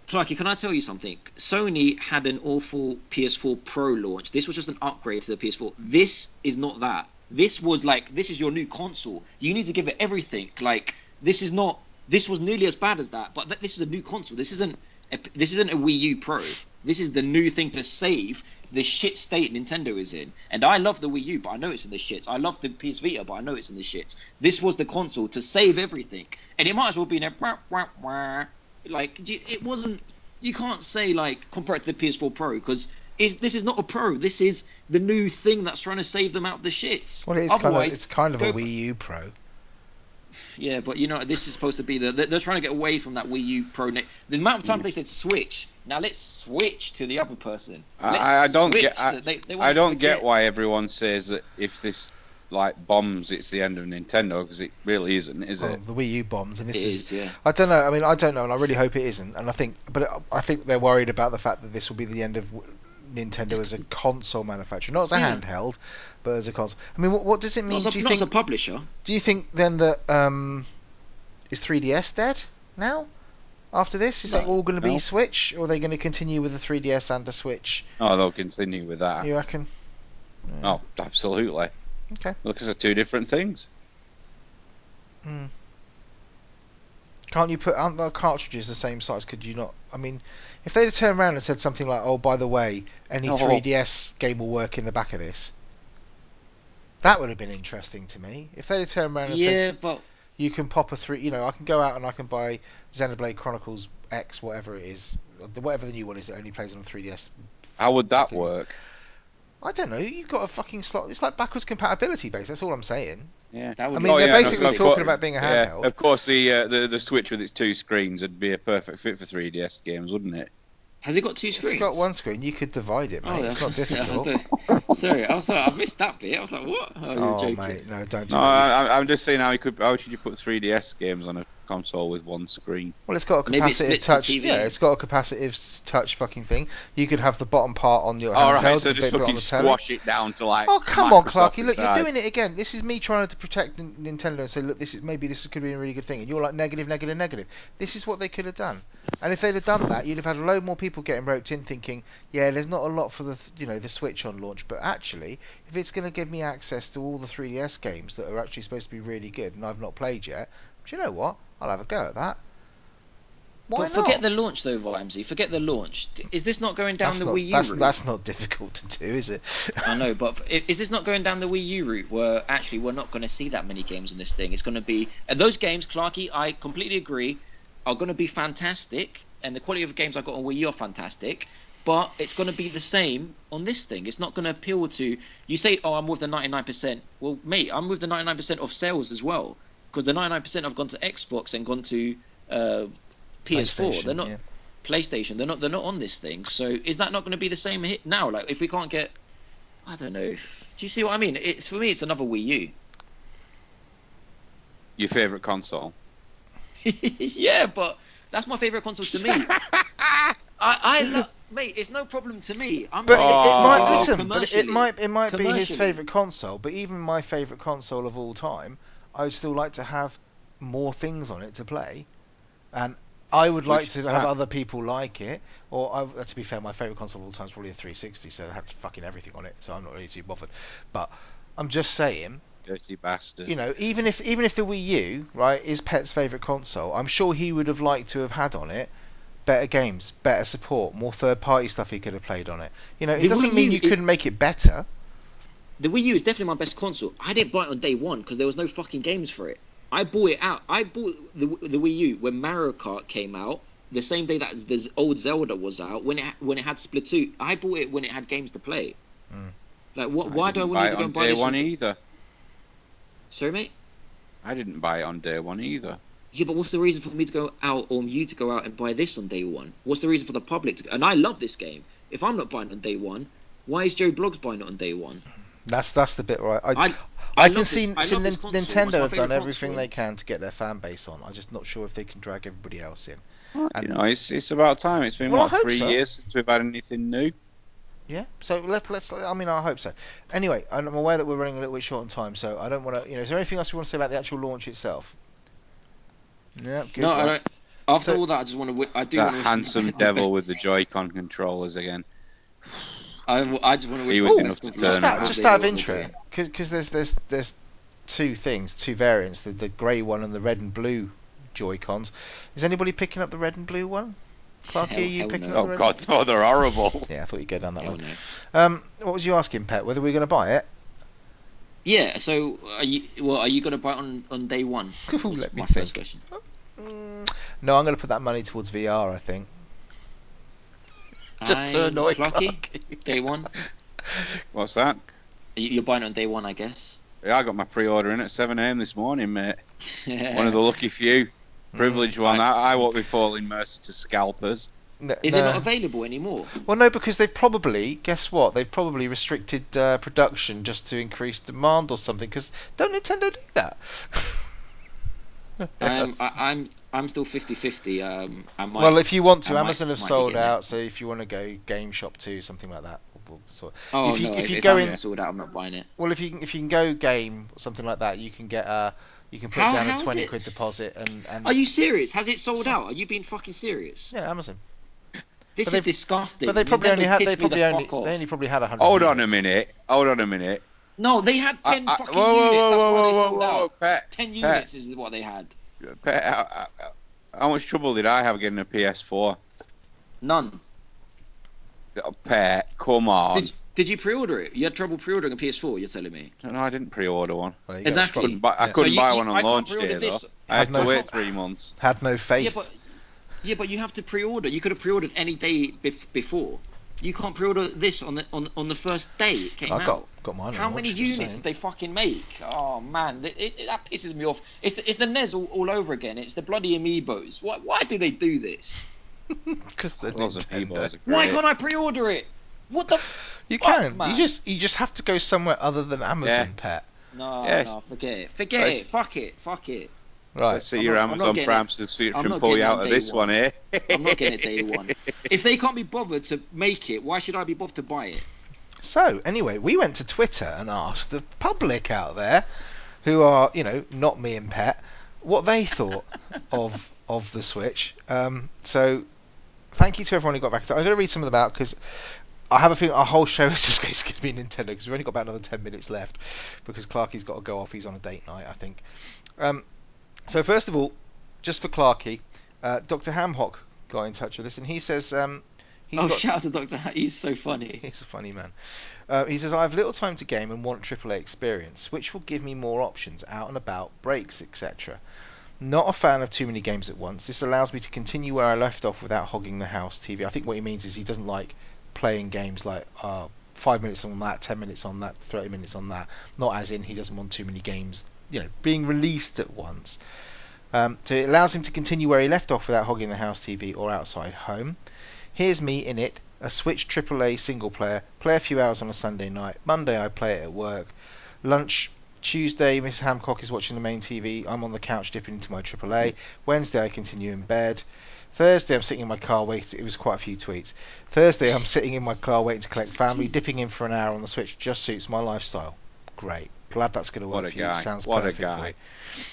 Clarky, can I tell you something? Sony had an awful PS4 Pro launch. This was just an upgrade to the PS4. This is not that. This was like, this is your new console. You need to give it everything. Like, this is not. This was nearly as bad as that, but th- this is a new console. This isn't. A, this isn't a Wii U Pro. This is the new thing to save the shit state Nintendo is in. And I love the Wii U, but I know it's in the shits. I love the PS Vita, but I know it's in the shits. This was the console to save everything, and it might as well be in a wah, wah, wah. like do you- it wasn't. You can't say like compare it to the PS4 Pro because is this is not a Pro. This is the new thing that's trying to save them out of the shits.
Well, it is kind of.
Otherwise,
It's kind of a
go-
Wii U Pro.
yeah, but you know this is supposed to be the they're, they're trying to get away from that Wii U Pro. Ne- the amount
Mm.
of times they said switch. Now let's switch to the other person.
I-
Let's
I- I don't
switch
get- I-
to- they- they
I
want to
don't get why everyone says that if this like bombs, it's the end of Nintendo because it really isn't, is
Well,
it?
the Wii U bombs, and this
It
is.
is, yeah.
I don't know. I mean, I don't know, and I really hope it isn't. And I think, but I- I think they're worried about the fact that this will be the end of w- Nintendo as a console manufacturer, not as a
Yeah.
handheld, but as a console. I mean, what, what does it mean?
Not, as
Do
a,
you
not
think?
as a publisher.
Do you think then that um, is 3DS dead now? After this, is that
No.
all going to be
No.
Switch, or are they going to continue with the 3DS and the Switch?
No, they'll continue with that.
You reckon?
Oh, absolutely.
Okay.
Look, it's two different things.
Can't you put aren't the cartridges the same size? Could you not? I mean, if they'd have turned around and said something like, "Oh, by the way, any
No.
3DS game will work in the back of this," that would have been interesting to me. If they'd have turned around and said,
Yeah, but
"You can pop a three, you know, I can go out and I can buy Xenoblade Chronicles X, whatever it is, whatever the new one is that only plays on 3DS."
How would that
Okay.
work?
I don't know. You've got a fucking slot. It's like backwards compatibility based. That's all I'm saying.
Yeah.
that would
I
be
mean,
Oh,
they're
yeah, no,
basically
of course-
talking about being a
Yeah,
handheld.
of course, the, uh, the the Switch with its two screens would be a perfect fit for 3DS games, wouldn't it?
Has it got two screens?
It's got one screen. You could divide it, mate.
Oh, yeah.
It's not
Yeah, I was
difficult.
like- sorry, I was like, I missed that bit. I was like, what? Oh, you were
oh,
joking.
mate, no, don't do
No,
that.
I, I- I'm just saying how you could. How should you put 3DS games on a console with one screen?
Well, it's got a
Maybe it
capacitive
splits the
touch.
TV.
Yeah, it's got a capacitive s- touch fucking thing. You could have the bottom part on your.
All right,
handheld,
so
the big
just
bit on
fucking
the telly.
squash it down to like.
Oh come on,
Microsoft
Clarky! Look, you're
size.
doing it again. This is me trying to protect N- Nintendo and say, look, this is maybe this could be a really good thing, and you're like negative, negative, negative. This is what they could have done, and if they'd have done that, you'd have had a load more people getting roped in, thinking, yeah, there's not a lot for the th- you know the Switch on launch, but actually, if it's going to give me access to all the 3DS games that are actually supposed to be really good and I've not played yet, do you know what? I'll have a go at that. Why
but
not?
forget the launch though, Vimesy. Forget the launch. D- Is this not going down
that's
the
not,
Wii U
that's,
route?
that's not difficult to do, is it?
I know, but i- is this not going down the Wii U route where actually we're not going to see that many games in this thing? It's going to be and those games, Clarky. I completely agree, are going to be fantastic, and the quality of games I got on Wii U are fantastic. But it's going to be the same on this thing. It's not going to appeal to you. Say, oh, I'm with the 99%. Well, mate, I'm with the 99% of sales as well, because the 99% have gone to Xbox and gone to uh, PS4. They're
PlayStation,
not
yeah.
PlayStation. They're not. They're not on this thing. So is that not going to be the same hit now? Like if we can't get, I don't know. Do you see what I mean? It's for me. It's another Wii
Your favorite console.
U. yeah, but that's my favorite console to me. I, I lo- mate. It's no problem to me. I'm
But
not-
it, it might
Oh.
listen. But it
Commercially.
might it might be his
Commercially.
favorite console. But even my favorite console of all time, I would still like to have more things on it to play, and I would like
Which
to
is
have
that?
other people like it. Or I, uh, to be fair, my favorite console of all time is probably a 360, so it had fucking everything on it. So I'm not really too bothered. But I'm just saying,
Dirty bastard.
you know, even if even if the Wii U right is Pet's favorite console, I'm sure he would have liked to have had on it better games, better support, more third party stuff he could have played on it. You know, it
The
doesn't
Wii
mean
U
you
is-
couldn't make it better.
the Wii U is definitely my best console. I didn't buy it on day one because there was no fucking games for it. I bought it out. I bought the, the Wii U when Mario Kart came out, the same day that the old Zelda was out. When it when it had Splatoon, I bought it when it had games to play.
Mm.
Like what?
I
Why do I want to
didn't buy it
go
on
and buy
day
this? on-
one either?
e-
Sorry, mate.
I didn't buy it on day one either.
Yeah, but what's the reason for me to go out or you to go out and buy this on day one? What's the reason for the public to? And I love this game. If I'm not buying it on day one, why is Joe Blogs buying it on day one?
That's that's the bit right. I, I,
I- I
can
love
see,
this- I
see
love this
Nin-
console. It's my
Nintendo have done
favourite
everything
console.
they can to get their fan base on. I'm just not sure if they can drag everybody else in.
you know, it's, it's about time. It's been
Well, I
what
hope
three
so.
years since we've had anything new.
Yeah. So let let's. I mean, I hope so. Anyway, I'm aware that we're running a little bit short on time, so I don't want to. You know, is there anything else you want to say about the actual launch itself? Yeah. Good
no,
right.
I don't. After
So-
all that, I just want to. wi- I do.
That
want to
handsome devil with the Joy-Con controllers again.
I, I just want to.
He
wish
was
the
enough
best
to
of luck
turn
just
with
Turner.
out,
what
just
they
out of
do.
interest, because there's there's there's two things, two variants, the the grey one and the red and blue Joy Cons. Is anybody picking up the red and blue one? Clarky,
Hell-
are you
hell
picking
no.
up the
Oh
red?
God, no, they're horrible.
Yeah, I thought you'd go down that
Hell
one.
no.
Um, what was you asking, Pet? Whether we are going to buy it?
Yeah. So, are you? Well, are you going to buy it on on day one?
Ooh,
Was
let me
my
think.
first question.
Mm, no, I'm going to put that money towards VR. I think. Just so
I-
annoy
Clarky,
Clarky.
Day one.
What's that?
You- You're buying it on day one, I guess.
Yeah, I got my pre-order in at 7 a.m. this morning, mate. One of the lucky few,
Mm-hmm.
privileged one. I, I won't be falling mercy to scalpers.
No,
Is it
no.
not available anymore?
Well, no, because they probably guess what they've probably restricted uh, production just to increase demand or something. Because don't Nintendo do that?
I'm,
Yes.
Um, I, I'm, I'm still 50-50. Um, I might.
well, if you want
I
to,
might-
Amazon have
might be
sold
getting it.
out. So if you want to go Game Shop too, something like that. we'll- we'll sort-
oh
if you-
no,
if
if,
you
if
go
I'm
in-
not sold out, I'm not buying it.
Well, if you can, if you can go Game or something like that, you can get uh you can put
How-
down
how
a
is
twenty
it?
quid deposit and and
Are you serious? Has it sold
So-
out? Are you being fucking serious?
yeah Amazon.
This
they've-
is disgusting.
But they probably
Nintendo
only had
pissed
they
me
probably
the
only
fuck off.
they only probably had a hundred.
Hold on a
units.
minute. Hold on a minute.
No, they had
I-
ten
I-
fucking
whoa,
units.
whoa, whoa,
That's why
whoa, whoa,
they
whoa,
sold
whoa,
out.
Pet,
Ten
Pat.
units is what they had.
Pet, how, how- uh, how much trouble did I have getting a PS4?
None.
Oh, Pet, come on.
Did, did you pre-order it? You had trouble pre-ordering a PS4. You're telling me.
No, I didn't pre-order one.
There you go.
Exactly.
Couldn't buy, I
Yeah.
couldn't
So you-
buy
you-
one on
I can't
launch
pre-order
day, though.
this.
I had
Have
to
no-
wait three months.
Had no faith.
Yeah, but yeah, but you have to pre-order. You could have pre-ordered any day bef- before. You can't pre-order this on the on, on the first day it came
I
out.
got got mine. on
How
launch,
many
just
units
saying.
did they fucking make? Oh man, it, it, that pisses E me off. It's the, it's the NES all, all over again. It's the bloody amiibos. Why why do they do this?
because the
Lots of people.
Nintendo.
are
Why
great.
can't I pre-order it? What the? F-
You
Fuck,
can.
man.
You just you just have to go somewhere other than Amazon, Pet.
no,
Yes.
no, forget it. Forget
Let's-
it. Fuck it. Fuck it.
Right.
Let's see
I'm
your
not- I'm not
Amazon
getting
Prime
it. I'm
subscription
not
pull you
getting it
out
on
of
day
this
one.
one, eh?
I'm not getting it day one. If they can't be bothered to make it, why should I be bothered to buy it?
So, anyway, we went to Twitter and asked the public out there, who are, you know, not me and Pet, what they thought of of the Switch. Um, so, thank you to everyone who got back. to I'm going to read some of them out because I have a feeling our whole show is just going to be Nintendo because we've only got about another 10 minutes left because Clarky's got to go off. He's on a date night, I think. Um, so, first of all, just for Clarky, uh, Dr. Hamhock got in touch with us and he says um, he's
oh,
got
shout out to Doctor. He's so funny.
He's a funny man. Uh, he says, I have little time to game and want AAA experience, which will give me more options, out and about, breaks, etc. Not a fan of too many games at once. This allows me to continue where I left off without hogging the house TV. I think what he means is he doesn't like playing games like uh, five minutes on that, ten minutes on that, thirty minutes on that. Not as in he doesn't want too many games, you know, being released at once. Um, so it allows him to continue where he left off without hogging the house TV or outside home. Here's me in it, a Switch AAA single player, play a few hours on a Sunday night. Monday I play it at work. Lunch Tuesday, Miss Hamcock is watching the main TV. I'm on the couch dipping into my AAA. Wednesday I continue in bed. Thursday I'm sitting in my car waiting. It was quite a few tweets. Thursday I'm sitting in my car waiting to collect family. Dipping in for an hour on the Switch just suits my lifestyle. Great. Glad that's going to
What
work
a
for
guy.
you. Sounds
What a
perfect for
guy.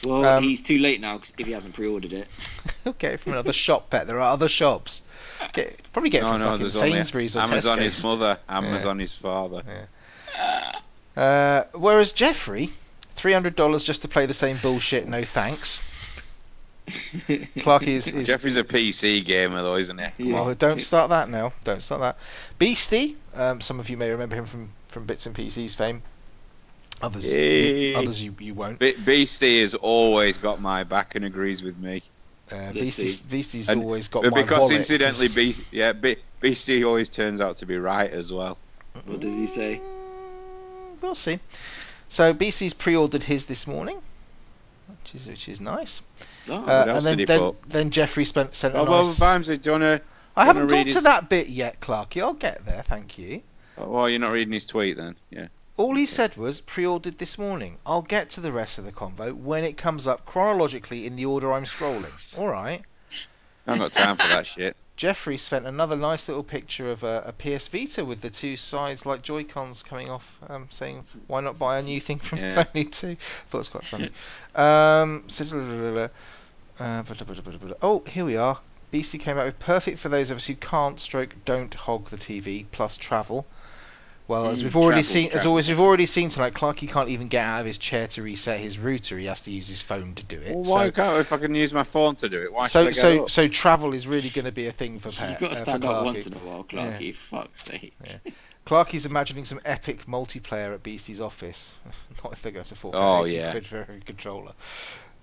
you.
Well,
Um,
he's too late now 'cause if he hasn't pre-ordered it.
He'll get it from another shop, bet. There are other shops. Get, probably get it
No,
from
no,
fucking
there's only
Sainsbury's or
Amazon
Tesco's.
his mother, Amazon his father.
Uh, whereas Jeffrey, three hundred dollars just to play the same bullshit. No thanks. Clarky is, is
Jeffrey's a PC gamer though, isn't he? Come
Yeah.
on.
well, don't start that now. Don't start that. Beastie, um, some of you may remember him from, from Bits and PCs fame. Others, you,
Yay.
others you, you won't.
B- Beastie has always got my back and agrees with me.
Uh,
Let's
Beastie's,
see.
Beastie's
And-
always got
But
my
because
wallet,
incidentally,
'cause-
Be- yeah, Be- Beastie always turns out to be right as well.
What does he say?
Mm, We'll see. So Beastie's pre-ordered his this morning, which is which is nice.
No.
Uh,
Oh, else
and then
did he
then,
put?
then Jeffrey spent sent a
Oh, well,
nice-
Vimesy, do you want to?
I haven't
wanna
got
read
to
his-
that bit yet, Clarky. I'll get there. Thank you.
Oh, well, you're not reading his tweet then. Yeah.
All he said was pre-ordered this morning. I'll get to the rest of the convo when it comes up chronologically in the order I'm scrolling. All right.
I've got time for that shit.
Jeffrey spent another nice little picture of a, a PS Vita with the two sides like Joy Cons coming off, um, saying, "Why not buy a new thing from
Yeah.
Sony too?" Thought it was quite funny. um, so, uh, blah, blah, blah, blah, blah. oh, here we are. Beastie came out with perfect for those of us who can't, stroke, don't hog the TV plus travel. Well, as
Mm,
we've already
travel,
seen, as
travel.
always, we've already seen tonight. Clarky can't even get out of his chair to reset his router. He has to use his phone to do it.
Well,
so-
why can't I, if I can use my phone to do it? Why
so
should I get
so
up?
so travel is really going to be a thing for Pat.
You've got to
uh,
stand
for
up
Clarky.
once in a while, Clarky. Fuck's sake.
Clarky's imagining some epic multiplayer at Beastie's office. Not if they're going to fork
Oh,
out 80
yeah.
quid for a controller.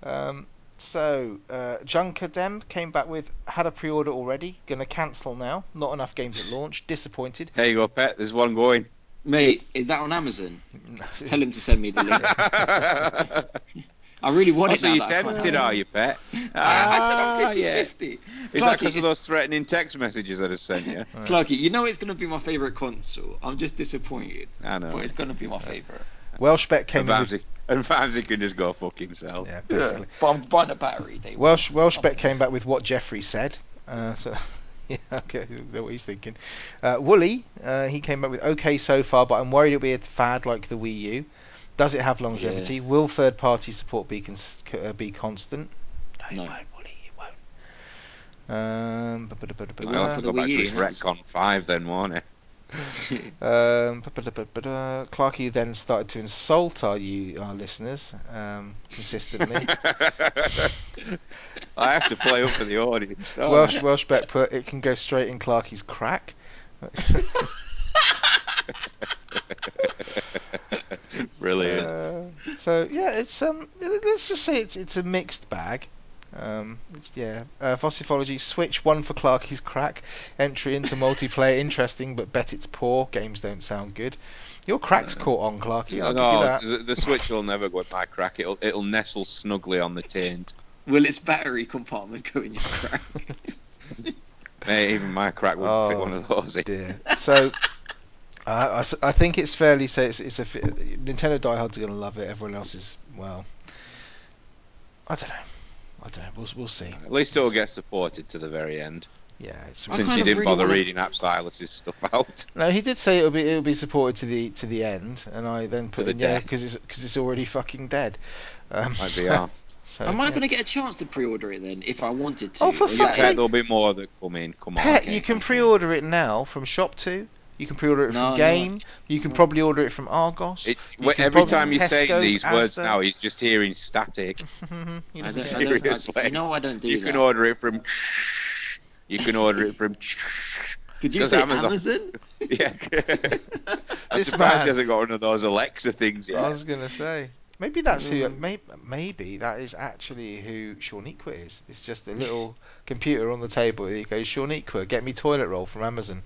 Um, so uh, Junker Dem came back with had a pre-order already, gonna cancel now. Not enough games at launch. Disappointed.
There you go, pet. There's one going.
Mate, is that on Amazon? Tell him to send me the link. I really want
oh,
it.
so
now
you're
that I can't
tempted,
have
are you, pet?
it. I said
Ah,
I'm 50
yeah.
50.
Is
Clarky,
that because of
it's-
those threatening text messages that I sent you?
Clarky, you know it's going to be my favourite console. I'm just disappointed.
I know.
But it's going to be my favourite.
Welshbeck
And
came in with,
Vimesy, and Vimesy can just go fuck himself.
yeah, basically.
But I'm buying a battery day one.
Welsh Welshbeck came back with what Jeffrey said. Uh, so yeah, okay, I know what he's thinking. Uh, Wooly, uh, he came back with okay so far, but I'm worried it'll be a fad like the Wii U. Does it have longevity? Will third party support be cons- c- uh, be constant?
No.
Wooly. It won't. Um, bu- bu- bu- bu- bu-
I'll have to
the
go back
Wii
to
U,
his
no?
Retcon 5 then, won't it?
Um, bu- bu- bu- bu- bu- Clarky then started to insult our you our listeners um, consistently.
I have to play up for the audience,
Oh,
don't
Welsh
I?
Welsh bet put it can go straight in Clarky's crack.
Brilliant.
Uh, so yeah, it's um, let's just say it's it's a mixed bag. Um, it's, yeah, uh, Fossifology Switch one for Clarky's crack entry into multiplayer interesting, but bet it's poor. Games don't sound good. Your crack's caught on, Clarky. I'll give you
no,
that.
the, the Switch will never go in my crack. It'll, it'll nestle snugly on the taint.
Will its battery compartment go in your crack?
Mate, even my crack wouldn't fit one of those. in.
Oh, dear. So, I- I, s- I think it's fairly say it's, it's a fi- Nintendo diehards are going to love it. Everyone else is well. I don't know. I don't know. We'll we'll see.
At least it'll get supported to the very end,
Yeah, it's.
I
since
kind
you
of
didn't
really
bother
wanna-
reading App Silas's stuff out.
No, he did say it'll be it'll be supported to the to the end, and I then put
the
in yeah
death.
because it's because it's already fucking dead. Um,
Might
so-
be off.
so,
Am I
yeah.
going to get a chance to pre-order it then if I wanted to?
Oh, for
Or is
fuck's
that-
Bet
sake.
there'll be more that come in. Come on.
Pet,
okay,
you can
okay.
pre-order it now from Shop Two. You can pre-order it
No,
from
no.
Game. You can probably order it from Argos.
It,
You
wh-
can
every
probably-
time you're saying
Tesco's,
these words
Asda.
now, he's just hearing static.
He
I
doesn't
don't-
say
I don't- I-
Seriously.
you know I don't do
you
that.
can order it from. You can order it from.
Did you
'cause
say
Amazon-
Amazon?
yeah. I'm
This
surprised
man.
he hasn't got one of those Alexa things
I
yet.
was gonna say maybe that's who.
Mm.
Maybe, maybe that is actually who Shauniqua is. It's just a little computer on the table. There you go, Shauniqua. Get me toilet roll from Amazon.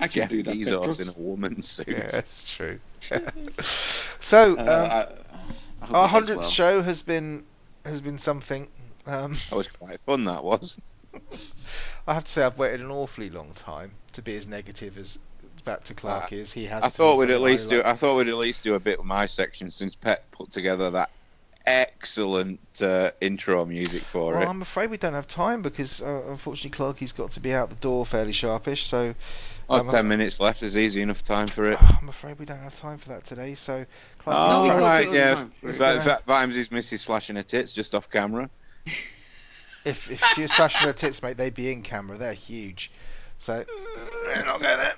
I can
Jeff
do that.
Bezos
Petros.
in a woman suit.
Yeah, that's true. so
Uh,
um,
I- I hope it
our
does
hundredth
well.
show has been has been something. Um,
That was quite fun. That was.
I have to say I've waited an awfully long time to be as negative as back to Clark is. He has.
I thought we'd
towards
at
our
least do. I
highlights.
thought we'd at least do a bit with my section since Pet put together that excellent uh, intro music for
Well,
it.
I'm afraid we don't have time because uh, unfortunately Clarky's got to be out the door fairly sharpish. So
Oh,
um,
ten minutes left is easy enough time for it.
I'm afraid we don't have time for that today. So Clarky's
No, we
Oh,
back.
can't
right,
do it
yeah.
on time.
But,
gonna-
but Vimes is Mrs. flashing her tits just off camera.
if if she was flashing her tits, mate, they'd be in camera. They're huge. So they're not going there.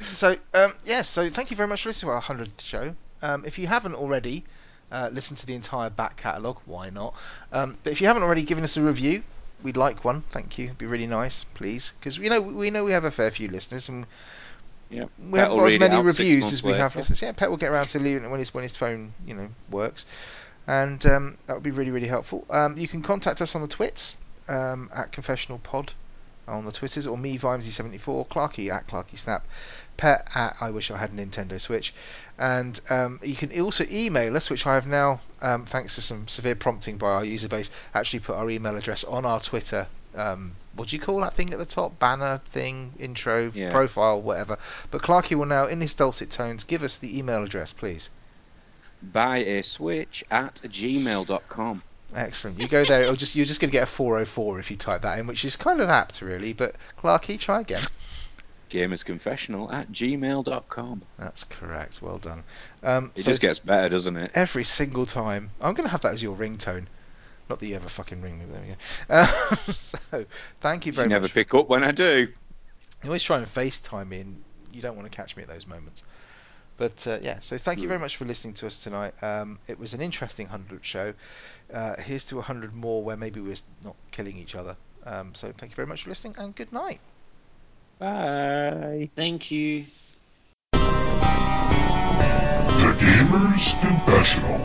So um, yeah, so thank you very much for listening to our hundredth show. Um, if you haven't already, uh, listened to the entire back catalogue. Why not? Um, but if you haven't already given us a review, we'd like one. Thank you. It'd be really nice, please, because you know we know we have a fair few listeners and.
Yep.
We
Pet
haven't
will
got as
read it
many
out six
reviews
months
as we have
later.
listeners. Yeah, Pet will get around to leaving it when his when his phone you know works, and um, that would be really really helpful. Um, you can contact us on the twits um, at Confessional Pod on the twitters or me Vimesy74, Clarky at Clarky Snap, Pet at I wish I had a Nintendo Switch, and um, you can also email us, which I have now um, thanks to some severe prompting by our user base actually put our email address on our Twitter. Um, what do you call that thing at the top? Banner thing, intro,
Yeah.
profile, whatever. But Clarky will now, in his dulcet tones, give us the email address, please.
Buy a switch at gmail.com.
Excellent. You go there. It'll just you're just going to get a 404 if you type that in, which is kind of apt, really. But Clarky, try again.
Gamersconfessional at gmail.com.
That's correct. Well done. Um,
It
so
just gets better, doesn't it?
every single time, I'm going to have that as your ringtone. Not that you ever fucking ring me. But there we go. Uh, so thank you
You
very
never
much.
pick up when I do.
You always try and FaceTime me, and you don't want to catch me at those moments. But uh, yeah, so thank you very much for listening to us tonight. Um, it was an interesting 100 show. Uh, here's to 100 more where maybe we're not killing each other. Um, so thank you very much for listening, and good night.
Bye.
Thank you.
The Gamer's Confessional.